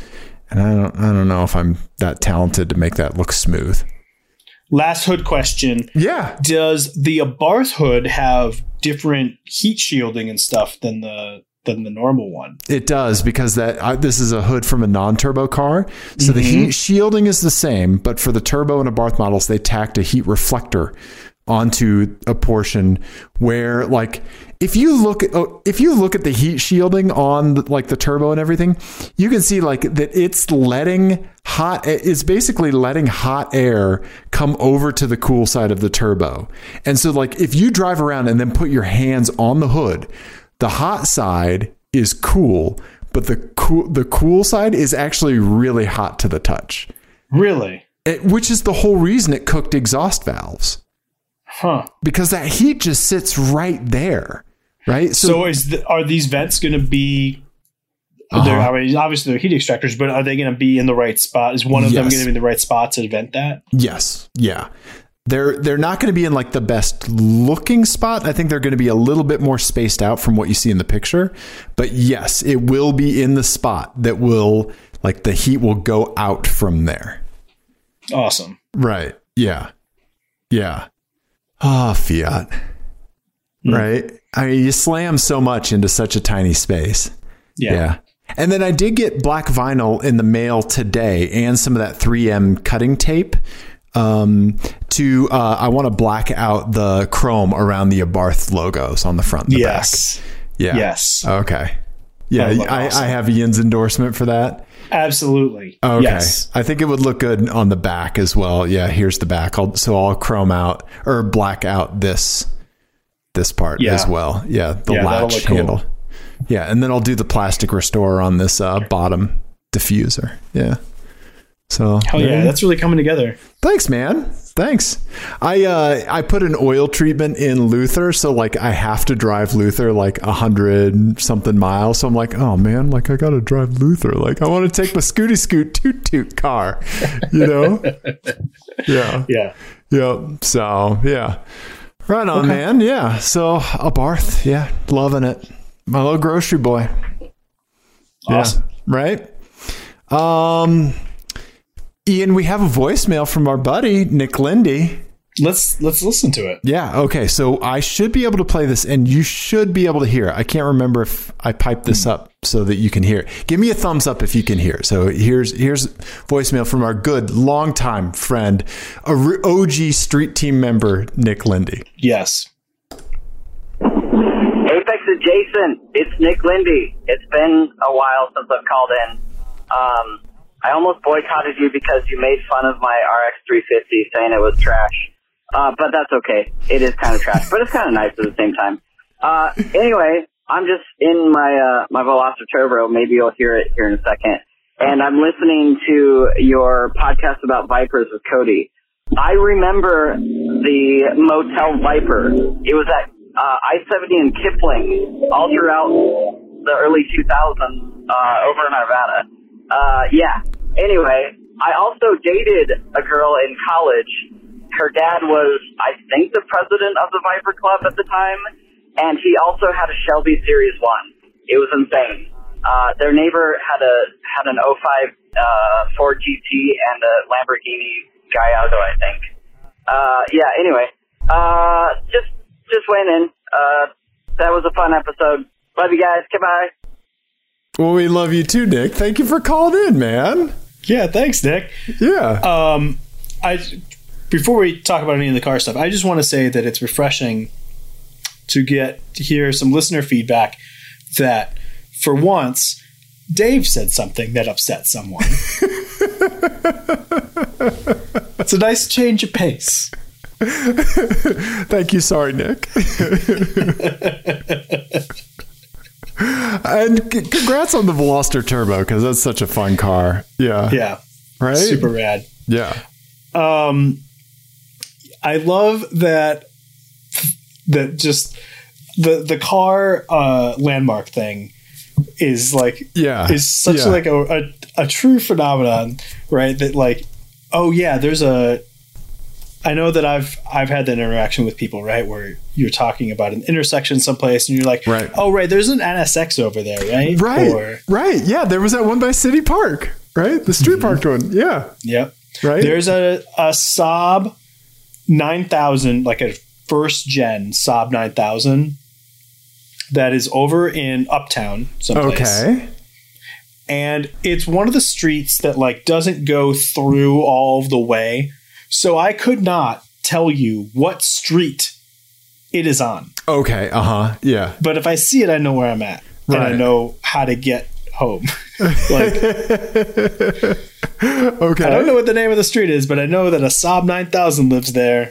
[SPEAKER 2] and i don't i don't know if i'm that talented to make that look smooth
[SPEAKER 1] Last hood question:
[SPEAKER 2] yeah
[SPEAKER 1] Does the Abarth hood have different heat shielding and stuff than the than the normal one?
[SPEAKER 2] It does because that I, this is a hood from a non-turbo car, so the heat shielding is the same, but for the turbo and Abarth models, they tacked a heat reflector onto a portion where, like, if you look at oh, if you look at the heat shielding on the, like the turbo and everything, you can see like that it's letting hot. It's basically letting hot air come over to the cool side of the turbo, and so like if you drive around and then put your hands on the hood, the hot side is cool, but the cool the cool side is actually really hot to the touch,
[SPEAKER 1] Really?
[SPEAKER 2] It- which is the whole reason it cooked exhaust valves
[SPEAKER 1] Huh.
[SPEAKER 2] because that heat just sits right there, right?
[SPEAKER 1] So, is the, are these vents going to be?
[SPEAKER 2] Uh-huh.
[SPEAKER 1] They're, I mean, obviously they're heat extractors, but are they going to be in the right spot? Is one of them
[SPEAKER 2] Yes.
[SPEAKER 1] going to be in the right spot to vent that?
[SPEAKER 2] Yes. Yeah. They're they're not going to be in like the best looking spot. I think they're going to be a little bit more spaced out from what you see in the picture. But yes, it will be in the spot that will like the heat will go out from there.
[SPEAKER 1] Awesome.
[SPEAKER 2] Right. Yeah. Yeah. Ah, Fiat.
[SPEAKER 1] Hmm.
[SPEAKER 2] Right. I mean, you slam so much into such a tiny space.
[SPEAKER 1] Yeah.
[SPEAKER 2] And then I did get black vinyl in the mail today and some of that 3M cutting tape um, to, uh, I want to black out the chrome around the Abarth logos on the front. and The
[SPEAKER 1] Yes.
[SPEAKER 2] Back. Yeah. Oh.
[SPEAKER 1] Yes.
[SPEAKER 2] Okay. Yeah.
[SPEAKER 1] That'd look
[SPEAKER 2] I,
[SPEAKER 1] awesome.
[SPEAKER 2] I have Ian's endorsement for that.
[SPEAKER 1] Absolutely.
[SPEAKER 2] Oh, Okay.
[SPEAKER 1] Yes.
[SPEAKER 2] I think it would look good on the back as well. Yeah, here's the back. I'll, so I'll chrome out or black out this this part
[SPEAKER 1] Yeah.
[SPEAKER 2] as well. Yeah, the
[SPEAKER 1] Yeah, that'll
[SPEAKER 2] latch
[SPEAKER 1] look cool.
[SPEAKER 2] handle. Yeah, and then I'll do the plastic restore on this uh, bottom diffuser. Yeah. So
[SPEAKER 1] Oh yeah,
[SPEAKER 2] there-
[SPEAKER 1] that's really coming together.
[SPEAKER 2] thanks, man. Thanks. I uh, I put an oil treatment in Luther, so like I have to drive Luther like a hundred something miles. So I'm like, oh man, like I gotta drive Luther. Like I want to take my Scooty Scoot toot toot car, you know? yeah,
[SPEAKER 1] Yeah.
[SPEAKER 2] yeah. So yeah, right on, man. Yeah. So a Barth, yeah, loving it. My little grocery boy. Yeah.
[SPEAKER 1] Awesome.
[SPEAKER 2] Right? Um Ian, we have a voicemail from our buddy Nick Lindy.
[SPEAKER 1] Let's let's listen to it.
[SPEAKER 2] Yeah, okay. So I should be able to play this and you should be able to hear. it. I can't remember if I piped this up so that you can hear. it. Give me a thumbs up if you can hear. it. So here's here's voicemail from our good longtime friend, a re- OG street team member Nick Lindy.
[SPEAKER 1] Yes.
[SPEAKER 3] Apex adjacent. It's Nick Lindy. It's been a while since I've called in. Um, I almost boycotted you because you made fun of my RX 350, saying it was trash. Uh, but that's okay. It is kind of trash, but it's kind of nice at the same time. Uh, anyway, I'm just in my uh, my Velociraptor. Maybe you'll hear it here in a second. And I'm listening to your podcast about Vipers with Cody. I remember the Motel Viper. It was at uh, I-70 and Kipling all throughout the early 2000s uh, over in Arvada. Uh, yeah. Anyway, I also dated a girl in college. Her dad was, I think, the president of the Viper Club at the time, and he also had a Shelby Series One. It was insane. Uh, their neighbor had a had an 05 uh, Ford GT and a Lamborghini Gallardo, I think. Uh, yeah. Anyway, uh, just just went in. Uh, that was a fun episode. Love you guys. Goodbye.
[SPEAKER 2] Well, we love you too, Nick. Thank you for calling in, man.
[SPEAKER 1] Yeah, thanks, Nick.
[SPEAKER 2] Yeah.
[SPEAKER 1] Um, I before we talk about any of the car stuff, I just want to say that it's refreshing to get to hear some listener feedback that, for once, Dave said something that upset someone. it's a nice change of pace.
[SPEAKER 2] Thank you. Sorry, Nick. and c- congrats on the Veloster Turbo because that's such a fun car. Yeah.
[SPEAKER 1] Yeah,
[SPEAKER 2] Right?
[SPEAKER 1] super rad.
[SPEAKER 2] Yeah.
[SPEAKER 1] um i love that that just the the car uh landmark thing is like
[SPEAKER 2] Yeah.
[SPEAKER 1] is such
[SPEAKER 2] Yeah.
[SPEAKER 1] like a, a a true phenomenon right that like oh yeah there's a i know that i've i've had that interaction with people right where you're talking about an intersection someplace and you're like
[SPEAKER 2] Right.
[SPEAKER 1] oh right there's an nsx over there right
[SPEAKER 2] Right.
[SPEAKER 1] or
[SPEAKER 2] Right. Yeah. There was that one by City Park, right? The street parked one. Yeah.
[SPEAKER 1] yep
[SPEAKER 2] Right.
[SPEAKER 1] Mm-hmm. There's a, a Saab 9000, like a first gen Saab 9000 that is over in Uptown someplace.
[SPEAKER 2] okay.
[SPEAKER 1] And it's one of the streets that like doesn't go through all of the way. So I could not tell you what street it is on.
[SPEAKER 2] Okay. Uh huh. Yeah.
[SPEAKER 1] But if I see it, I know where I'm at. And I
[SPEAKER 2] Right.
[SPEAKER 1] know how to get home. like
[SPEAKER 2] Okay.
[SPEAKER 1] I don't know what the name of the street is, but I know that a Saab 9000 lives there.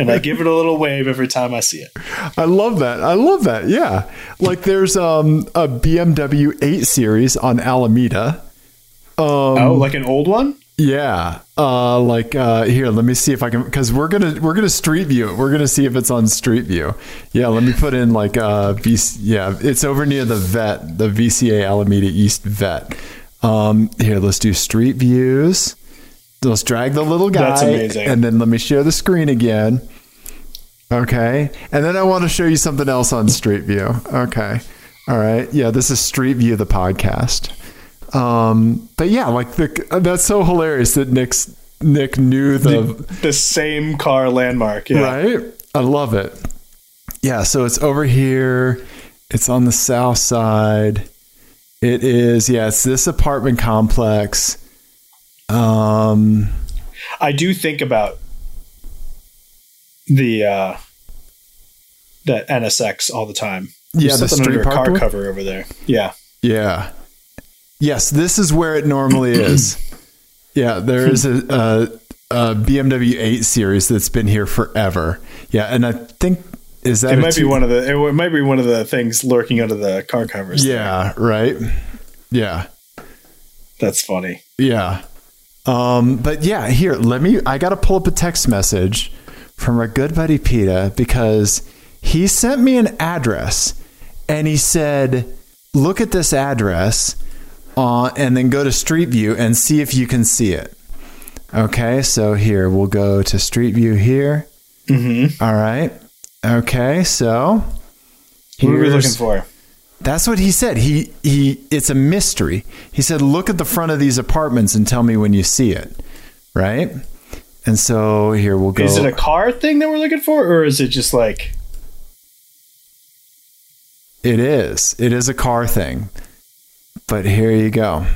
[SPEAKER 1] and I give it a little wave every time I see it.
[SPEAKER 2] I love that. I love that. Yeah. Like there's um a BMW 8 series on Alameda.
[SPEAKER 1] oh, like an old one?
[SPEAKER 2] Yeah. Uh like uh here, let me see if I can cuz we're going to we're going to street view it. We're going to see if it's on street view. Yeah, let me put in like uh v- yeah, it's over near the vet, the VCA Alameda East vet. Um here, let's do street views. Let's drag the little guy
[SPEAKER 1] That's amazing.
[SPEAKER 2] and then let me share the screen again. Okay. And then I want to show you something else on Street View. Okay. All right. Yeah, this is Street View the podcast. Um, but yeah, like the, that's so hilarious that Nick's Nick knew the
[SPEAKER 1] The same car landmark. Yeah.
[SPEAKER 2] right. I love it. Yeah, so it's over here. It's on the south side. It is yeah, it's this apartment complex. Um
[SPEAKER 1] I do think about the uh that NSX all the time.
[SPEAKER 2] yeah, the
[SPEAKER 1] There's something
[SPEAKER 2] street
[SPEAKER 1] under a
[SPEAKER 2] park
[SPEAKER 1] car
[SPEAKER 2] one?
[SPEAKER 1] cover over there. Yeah.
[SPEAKER 2] Yeah. Yes, this is where it normally is. Yeah, there is a, a, a BMW 8 series that's been here forever. Yeah, and I think is that
[SPEAKER 1] It
[SPEAKER 2] a
[SPEAKER 1] might be
[SPEAKER 2] two-
[SPEAKER 1] one of the it might be one of the things lurking under the car covers.
[SPEAKER 2] Yeah, right. Yeah,
[SPEAKER 1] That's funny.
[SPEAKER 2] yeah. Um, but yeah, here let me. I got to pull up a text message from our good buddy Peta because he sent me an address and he said, "Look at this address, uh, and then go to Street View and see if you can see it." Okay, so here we'll go to Street View here. Mm-hmm. right. Okay, so
[SPEAKER 1] What are we looking
[SPEAKER 2] here's-
[SPEAKER 1] for?
[SPEAKER 2] that's what he said. He he it's a mystery. He said, "Look at the front of these apartments and tell me when you see it." Right? And so here we'll go.
[SPEAKER 1] Is it a car thing that we're looking for or is it just like
[SPEAKER 2] it is. It is a car thing. But here you go.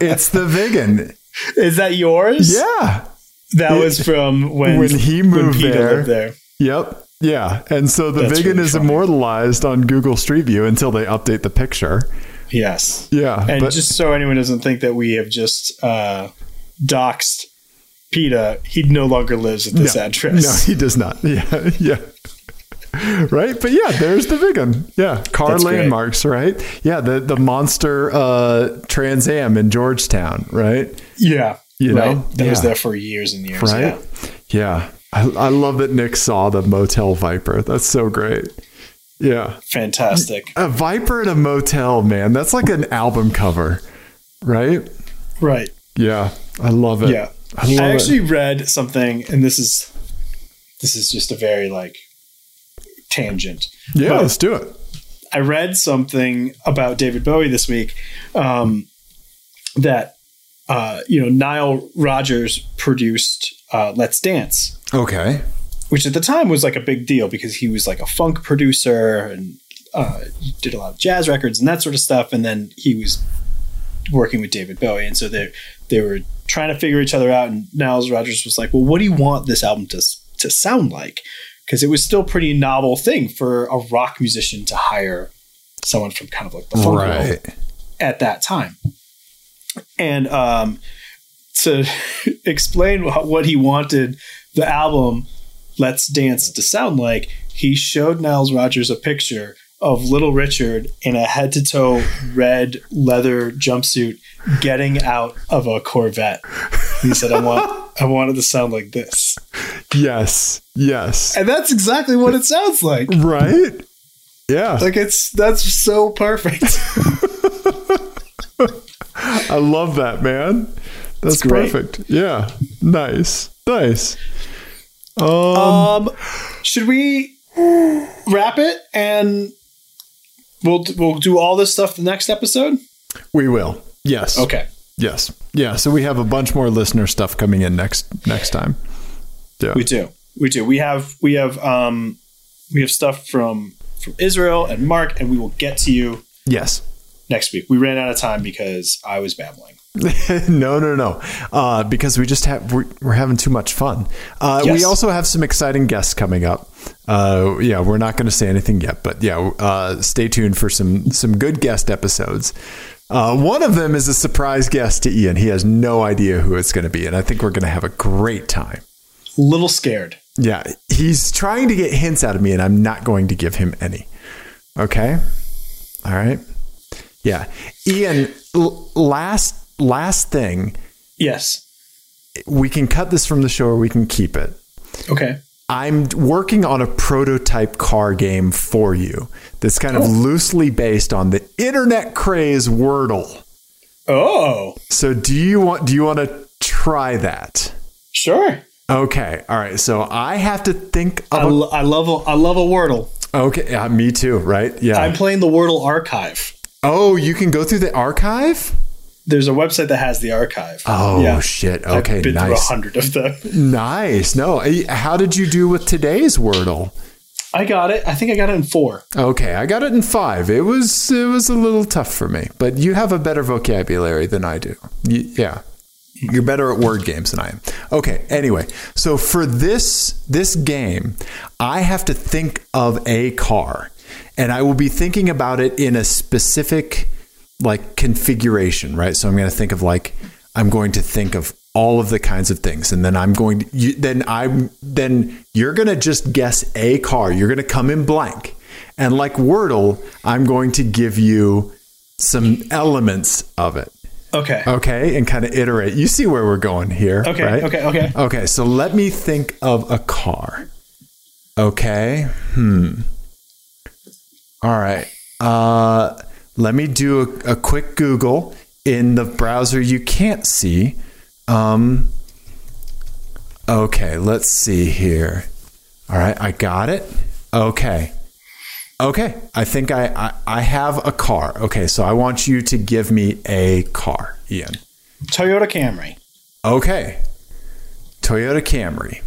[SPEAKER 2] It's the vegan.
[SPEAKER 1] Is that yours?
[SPEAKER 2] Yeah.
[SPEAKER 1] That was from when,
[SPEAKER 2] When he moved
[SPEAKER 1] Peter
[SPEAKER 2] there.
[SPEAKER 1] lived there.
[SPEAKER 2] Yep. Yeah. And so the
[SPEAKER 1] That's
[SPEAKER 2] vegan
[SPEAKER 1] really
[SPEAKER 2] is
[SPEAKER 1] funny.
[SPEAKER 2] immortalized on Google Street View until they update the picture.
[SPEAKER 1] Yes.
[SPEAKER 2] Yeah.
[SPEAKER 1] And
[SPEAKER 2] but
[SPEAKER 1] just so anyone doesn't think that we have just uh, doxed PETA, he no longer lives at this
[SPEAKER 2] no, no,
[SPEAKER 1] address.
[SPEAKER 2] he does not. Yeah. Yeah. right? But yeah, there's the vegan. Yeah, car
[SPEAKER 1] That's great.
[SPEAKER 2] landmarks, right? Yeah, the the monster uh, Trans Am in Georgetown, right?
[SPEAKER 1] Yeah.
[SPEAKER 2] You
[SPEAKER 1] right.
[SPEAKER 2] know?
[SPEAKER 1] That was
[SPEAKER 2] Yeah.
[SPEAKER 1] there for years and years.
[SPEAKER 2] Right?
[SPEAKER 1] Yeah.
[SPEAKER 2] Yeah, I, I love that Nick saw the Motel Viper. That's so great. Yeah.
[SPEAKER 1] Fantastic.
[SPEAKER 2] A viper at a motel, man. That's like an album cover, right?
[SPEAKER 1] Right.
[SPEAKER 2] Yeah. I love it.
[SPEAKER 1] Yeah.
[SPEAKER 2] I
[SPEAKER 1] I
[SPEAKER 2] love
[SPEAKER 1] actually
[SPEAKER 2] it.
[SPEAKER 1] read something, and this is this is just a very like tangent.
[SPEAKER 2] Yeah,
[SPEAKER 1] but-
[SPEAKER 2] let's do it.
[SPEAKER 1] I read something about David Bowie this week um, that uh, you know Nile Rodgers produced uh, "Let's Dance,"
[SPEAKER 2] Okay.
[SPEAKER 1] which at the time was like a big deal because he was like a funk producer and uh, he did a lot of jazz records and that sort of stuff. And then he was working with David Bowie, and so they they were trying to figure each other out. And Niles Rodgers was like, "Well, what do you want this album to s- to sound like?" Because it was still a pretty novel thing for a rock musician to hire someone from kind of like the funk world
[SPEAKER 2] Right.
[SPEAKER 1] at that time. And um, to explain wha- what he wanted the album Let's Dance to sound like, he showed Niles Rogers a picture of Little Richard in a head to toe red leather jumpsuit getting out of a Corvette. He said, I want. I want it to sound like this.
[SPEAKER 2] Yes. Yes.
[SPEAKER 1] And that's exactly what it sounds like.
[SPEAKER 2] Right? Yeah.
[SPEAKER 1] Like it's that's so perfect.
[SPEAKER 2] I love that, man. That's
[SPEAKER 1] It's great.
[SPEAKER 2] perfect. Yeah. Nice. Nice. Um,
[SPEAKER 1] Um, should we wrap it and we'll we'll do all this stuff the next episode?
[SPEAKER 2] we will. Yes.
[SPEAKER 1] Okay.
[SPEAKER 2] Yes. Yeah. So we have a bunch more listener stuff coming in next next time. Yeah.
[SPEAKER 1] We do. We do. We have we have um we have stuff from from Israel and Mark and we will get to you
[SPEAKER 2] yes.
[SPEAKER 1] next week. We ran out of time because I was babbling.
[SPEAKER 2] no, no, no. Uh, because we just have we're, we're having too much fun. Uh, We
[SPEAKER 1] Yes.
[SPEAKER 2] also have some exciting guests coming up. Uh, yeah, we're not going to say anything yet, but yeah, uh, stay tuned for some some good guest episodes. Uh, one of them is a surprise guest to Ian. He has no idea who it's going to be, and I think we're going to have a great time.
[SPEAKER 1] Little scared.
[SPEAKER 2] Yeah, he's trying to get hints out of me, and I'm not going to give him any. Okay, all right. Yeah, Ian. L- last last thing
[SPEAKER 1] Yes.
[SPEAKER 2] we can cut this from the show or we can keep it.
[SPEAKER 1] Okay.
[SPEAKER 2] I'm working on a prototype car game for you that's kind
[SPEAKER 1] Oh.
[SPEAKER 2] of loosely based on the internet craze Wordle.
[SPEAKER 1] Oh,
[SPEAKER 2] So do you want do you want to try that?
[SPEAKER 1] sure.
[SPEAKER 2] Okay. All right. So I have to think
[SPEAKER 1] I,
[SPEAKER 2] of
[SPEAKER 1] lo- I love a, I love a Wordle.
[SPEAKER 2] a, Okay, yeah, me too, right? Yeah.
[SPEAKER 1] I'm playing the Wordle archive.
[SPEAKER 2] oh, you can go through the archive?
[SPEAKER 1] There's a website that has the archive.
[SPEAKER 2] Oh shit. Okay,
[SPEAKER 1] I've been through a
[SPEAKER 2] nice.
[SPEAKER 1] hundred of them.
[SPEAKER 2] Nice. No, eh, how did you do with today's Wordle?
[SPEAKER 1] I got it. I think I got it in four.
[SPEAKER 2] Okay, I got it in five. It was it was a little tough for me, but you have a better vocabulary than I do. Y- yeah, you're better at word games than I am. Okay, anyway, so for this this game, I have to think of a car, and I will be thinking about it in a specific like configuration, right? So I'm going to think of like I'm going to think of all of the kinds of things and then I'm going to you, then I'm then you're going to just guess a car. You're going to come in blank. And like Wordle, I'm going to give you some elements of it.
[SPEAKER 1] Okay.
[SPEAKER 2] Okay, and kind of iterate. You see where we're going here.
[SPEAKER 1] Okay,
[SPEAKER 2] Oh, right?
[SPEAKER 1] okay, okay.
[SPEAKER 2] Okay, so let me think of a car. Okay. Hmm. All right. Uh let me do a, a quick Google in the browser you can't see. Um Okay, let's see here. All right, I got it. Okay. Okay, I think I, I I have a car. Okay, so I want you to give me a car, Ian.
[SPEAKER 1] Toyota Camry.
[SPEAKER 2] Okay. Toyota Camry.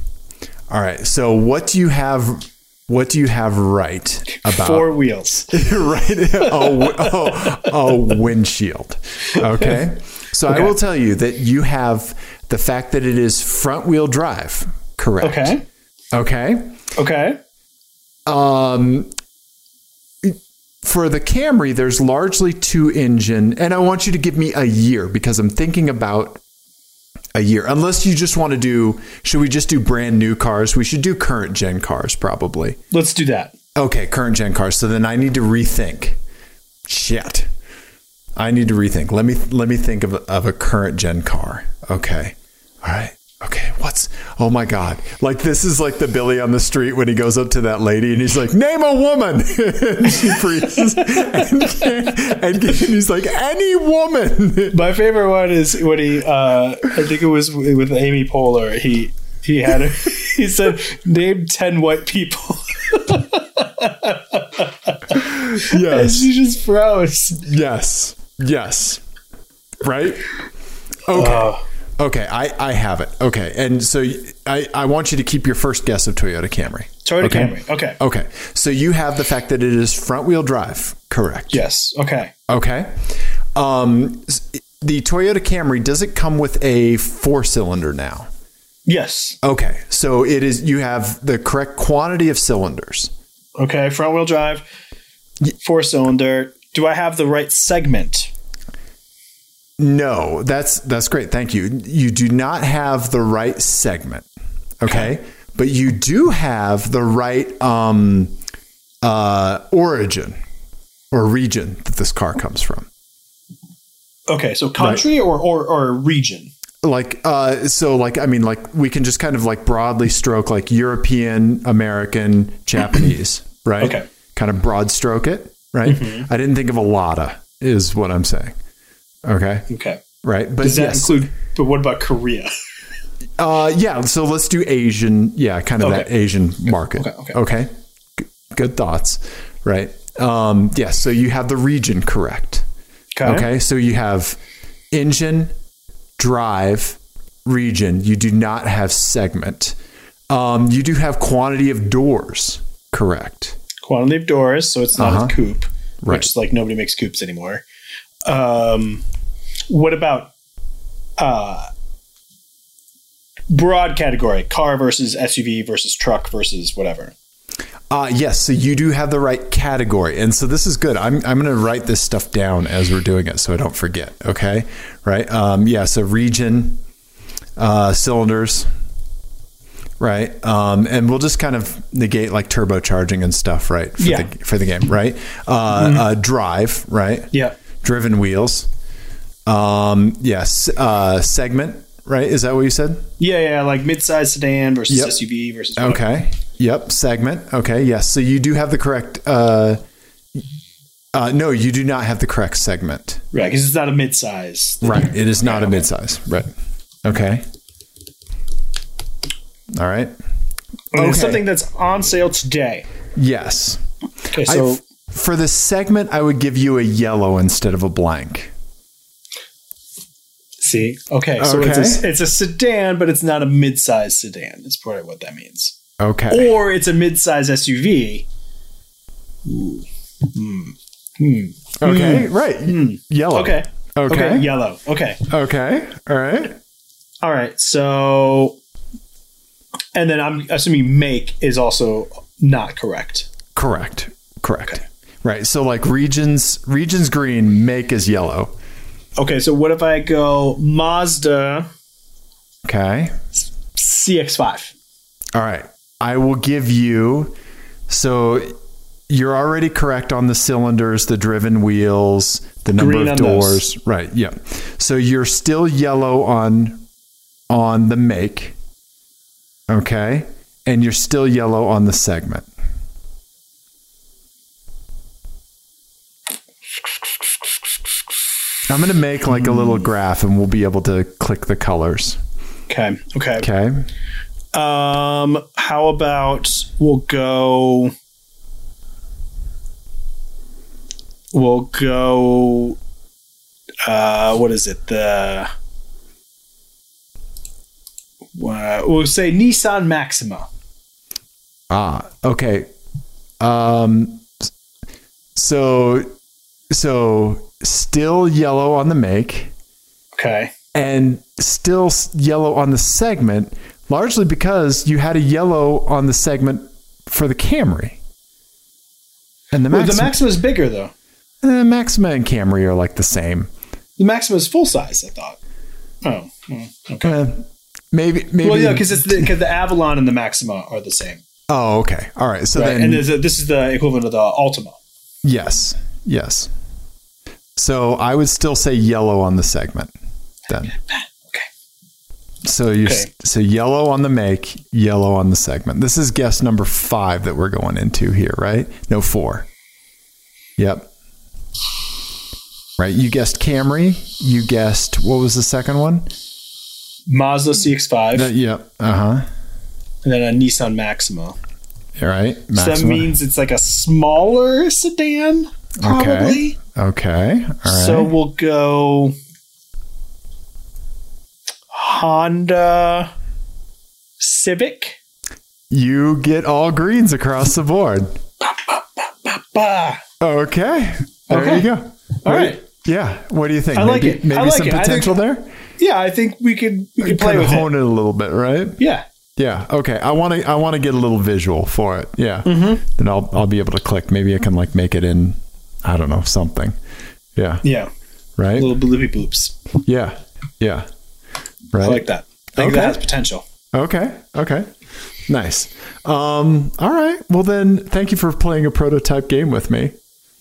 [SPEAKER 2] All right. So what do you have what do you have right about
[SPEAKER 1] Four wheels.
[SPEAKER 2] right a, a, a windshield. Okay. So I will tell you that you have the fact that it is front wheel drive, correct?
[SPEAKER 1] Okay.
[SPEAKER 2] Okay.
[SPEAKER 1] Okay.
[SPEAKER 2] Um for the Camry, there's largely two engine, and I want you to give me a year because I'm thinking about a year. Unless you just want to do, should we just do brand new cars? We should do current gen cars, probably.
[SPEAKER 1] Let's do that.
[SPEAKER 2] Okay, current gen cars. So then I need to rethink. Shit, I need to rethink. Let me let me think of a, of a current gen car. Okay, all right. Okay, what what's oh my god like this is like the billy on the street when he goes up to that lady and he's like name a woman and she freezes and, and, and he's like any woman
[SPEAKER 1] My favorite one is when he, uh, I think it was with Amy Poehler. He he had a, he said name ten white people. And
[SPEAKER 2] yes
[SPEAKER 1] she just froze.
[SPEAKER 2] yes yes right okay
[SPEAKER 1] Oh.
[SPEAKER 2] okay i i have it okay and so i i want you to keep your first guess of toyota camry
[SPEAKER 1] Toyota
[SPEAKER 2] okay? Oh.
[SPEAKER 1] Camry. Okay.
[SPEAKER 2] okay so you have the fact that it is front wheel drive correct
[SPEAKER 1] Yes. Okay.
[SPEAKER 2] Okay. Um, s- the Toyota Camry does it come with a four cylinder now?
[SPEAKER 1] Yes.
[SPEAKER 2] Okay, so it is. You have the correct quantity of cylinders.
[SPEAKER 1] Okay. Front wheel drive, four cylinder. Do I have the right segment?
[SPEAKER 2] No, that's that's great. Thank you. You do not have the right segment. Okay, but you do have the right um, uh, origin or region that this car comes from.
[SPEAKER 1] Okay. So country or, or or region.
[SPEAKER 2] like uh so like i mean like we can just kind of like broadly stroke like european american japanese right
[SPEAKER 1] Okay. Mm-hmm.
[SPEAKER 2] kind of broad stroke it right i didn't think of a lotta is what i'm saying okay
[SPEAKER 1] Okay.
[SPEAKER 2] right but
[SPEAKER 1] Does that
[SPEAKER 2] yes.
[SPEAKER 1] include? But what about Korea?
[SPEAKER 2] uh yeah so let's do asian yeah kind of
[SPEAKER 1] Okay.
[SPEAKER 2] that asian market
[SPEAKER 1] Okay, okay.
[SPEAKER 2] G- good thoughts right um yes so you have the region correct Okay, so you have engine, drive, region. You do not have segment. Um, you do have quantity of doors, correct?
[SPEAKER 1] Quantity of doors, so it's not
[SPEAKER 2] Uh-huh.
[SPEAKER 1] a coupe,
[SPEAKER 2] Right.
[SPEAKER 1] which is like nobody makes coupes anymore. Um, what about uh, broad category car versus SUV versus truck versus whatever?
[SPEAKER 2] Uh, yes, so you do have the right category. And so this is good. I'm, I'm going to write this stuff down as we're doing it so I don't forget. Okay, right? Um, yeah, so region, uh, cylinders, right? Um, and we'll just kind of negate like turbocharging and stuff, right? For,
[SPEAKER 1] Yeah. Mm-hmm.
[SPEAKER 2] the, for the game, right? Uh, uh, drive, right?
[SPEAKER 1] Yeah,
[SPEAKER 2] driven wheels. Um, yes, uh, segment, right? Is that what you said?
[SPEAKER 1] yeah, yeah, like midsize sedan versus
[SPEAKER 2] Yep.
[SPEAKER 1] SUV versus whatever.
[SPEAKER 2] Okay. Yep, segment. Okay, yes. So you do have the correct. Uh, uh, no, you do not have the correct segment.
[SPEAKER 1] right? Because it's not a midsize.
[SPEAKER 2] Right. It is not a midsize. Right. Okay. All right.
[SPEAKER 1] And It's
[SPEAKER 2] Okay.
[SPEAKER 1] something that's on sale today.
[SPEAKER 2] Yes.
[SPEAKER 1] Okay,
[SPEAKER 2] I-
[SPEAKER 1] so
[SPEAKER 2] for the segment, I would give you a yellow instead of a blank.
[SPEAKER 1] see, okay, so it's a,
[SPEAKER 2] Okay.
[SPEAKER 1] it's a sedan, but it's not a midsize sedan. Is probably what that means.
[SPEAKER 2] Okay.
[SPEAKER 1] or it's a mid-size SUV.
[SPEAKER 2] okay. Right. Yellow.
[SPEAKER 1] Oh, hmm. Okay.
[SPEAKER 2] Okay.
[SPEAKER 1] Okay. Yellow. Okay.
[SPEAKER 2] Okay. All right.
[SPEAKER 1] All right. So, and then I'm assuming make is also not correct.
[SPEAKER 2] Correct. Correct. Right. So like regions regions green, make is yellow.
[SPEAKER 1] Okay. So what if I go Mazda
[SPEAKER 2] Okay.
[SPEAKER 1] CX-5?
[SPEAKER 2] All right. I will give you so you're already correct on the cylinders, the driven wheels, the number
[SPEAKER 1] Green
[SPEAKER 2] of
[SPEAKER 1] on
[SPEAKER 2] doors. Right. Yeah. So you're still yellow on on the make. Okay. And you're still yellow on the segment. I'm going to make like a little graph and we'll be able to click the colors.
[SPEAKER 1] Okay. Okay.
[SPEAKER 2] Okay.
[SPEAKER 1] Um. How about we'll go. We'll go. Uh, what is it? The. Uh, we'll say Nissan Maxima.
[SPEAKER 2] Ah, okay. Um, so, so still yellow on the make
[SPEAKER 1] Okay.
[SPEAKER 2] and still s- yellow on the segment, largely because you had a yellow on the segment for the Camry. And the
[SPEAKER 1] Well, the
[SPEAKER 2] Maxima,
[SPEAKER 1] Maxima is bigger though.
[SPEAKER 2] eh, Maxima and Camry are like the same.
[SPEAKER 1] The Maxima is full size. I thought. Oh. well, Okay.
[SPEAKER 2] Eh, maybe, maybe.
[SPEAKER 1] Well, yeah, because it's because the, Avalon and the Maxima are the same,
[SPEAKER 2] oh, okay. All right. So
[SPEAKER 1] right?
[SPEAKER 2] then,
[SPEAKER 1] and there's a, this is the equivalent of the Altima.
[SPEAKER 2] yes, yes. So I would still say yellow on the segment. Then.
[SPEAKER 1] Okay.
[SPEAKER 2] So you
[SPEAKER 1] Okay.
[SPEAKER 2] so yellow on the make, yellow on the segment. This is guess number five that we're going into here, right? No four. Yep. Right. You guessed Camry. You guessed what was the second one?
[SPEAKER 1] Mazda CX-5
[SPEAKER 2] Uh, yep. Uh huh.
[SPEAKER 1] and then a Nissan Maxima.
[SPEAKER 2] All right.
[SPEAKER 1] So that
[SPEAKER 2] Maxima.
[SPEAKER 1] means it's like a smaller sedan, probably.
[SPEAKER 2] okay. All right.
[SPEAKER 1] So we'll go Honda Civic.
[SPEAKER 2] you get all greens across the board.
[SPEAKER 1] Bah.
[SPEAKER 2] Okay. There
[SPEAKER 1] Okay.
[SPEAKER 2] you go.
[SPEAKER 1] All
[SPEAKER 2] Wait,
[SPEAKER 1] right.
[SPEAKER 2] Yeah. What do you think?
[SPEAKER 1] I like
[SPEAKER 2] maybe
[SPEAKER 1] it. I
[SPEAKER 2] maybe
[SPEAKER 1] like
[SPEAKER 2] some
[SPEAKER 1] it. I think-
[SPEAKER 2] potential there?
[SPEAKER 1] Yeah, I think we could we could play
[SPEAKER 2] Kinda
[SPEAKER 1] with it.
[SPEAKER 2] hone it a little bit, right?
[SPEAKER 1] Yeah.
[SPEAKER 2] Yeah. Okay. I want to. I want to get a little visual for it. Yeah.
[SPEAKER 1] Mm-hmm.
[SPEAKER 2] Then I'll. I'll be able to click. Maybe I can like make it in. I don't know something. Yeah.
[SPEAKER 1] Yeah.
[SPEAKER 2] Right.
[SPEAKER 1] Little bloopy bloops.
[SPEAKER 2] Yeah. Yeah.
[SPEAKER 1] I
[SPEAKER 2] Right.
[SPEAKER 1] like that. I think
[SPEAKER 2] Okay.
[SPEAKER 1] that has potential.
[SPEAKER 2] Okay. Okay. Nice. Um. All right. Well then, thank you for playing a prototype game with me.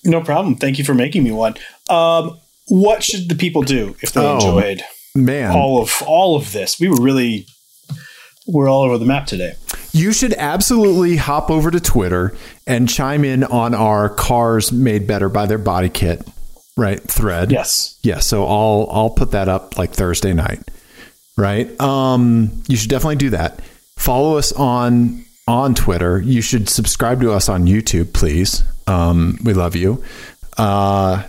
[SPEAKER 1] No problem. Thank you for making me one. Um, what should the people do if they
[SPEAKER 2] Oh.
[SPEAKER 1] enjoyed
[SPEAKER 2] Man,
[SPEAKER 1] all of all of this? We were really we're all over the map today.
[SPEAKER 2] you should absolutely hop over to Twitter and chime in on our cars made better by their body kit, right? Thread.
[SPEAKER 1] Yes.
[SPEAKER 2] yeah so i'll i'll put that up like thursday night right um you should definitely do that follow us on on twitter you should subscribe to us on youtube please um we love you uh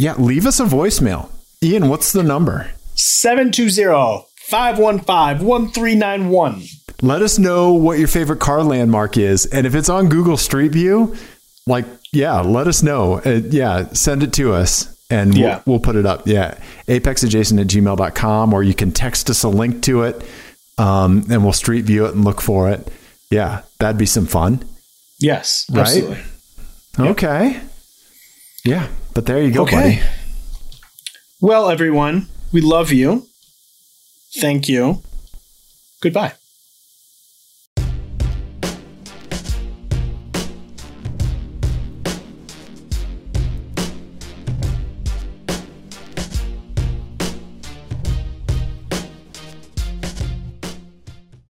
[SPEAKER 2] yeah leave us a voicemail ian what's the number
[SPEAKER 1] 720 515 1391.
[SPEAKER 2] let us know what your favorite car landmark is and if it's on google street view like yeah let us know uh, yeah send it to us and
[SPEAKER 1] Yeah.
[SPEAKER 2] we'll, we'll put it up yeah apexadjacent at gmail.com or you can text us a link to it um, and we'll street view it and look for it yeah that'd be some fun
[SPEAKER 1] Yes.
[SPEAKER 2] Right?
[SPEAKER 1] Absolutely.
[SPEAKER 2] okay yeah but there you go
[SPEAKER 1] Okay.
[SPEAKER 2] buddy
[SPEAKER 1] Well, everyone, we love you. Thank you. Goodbye.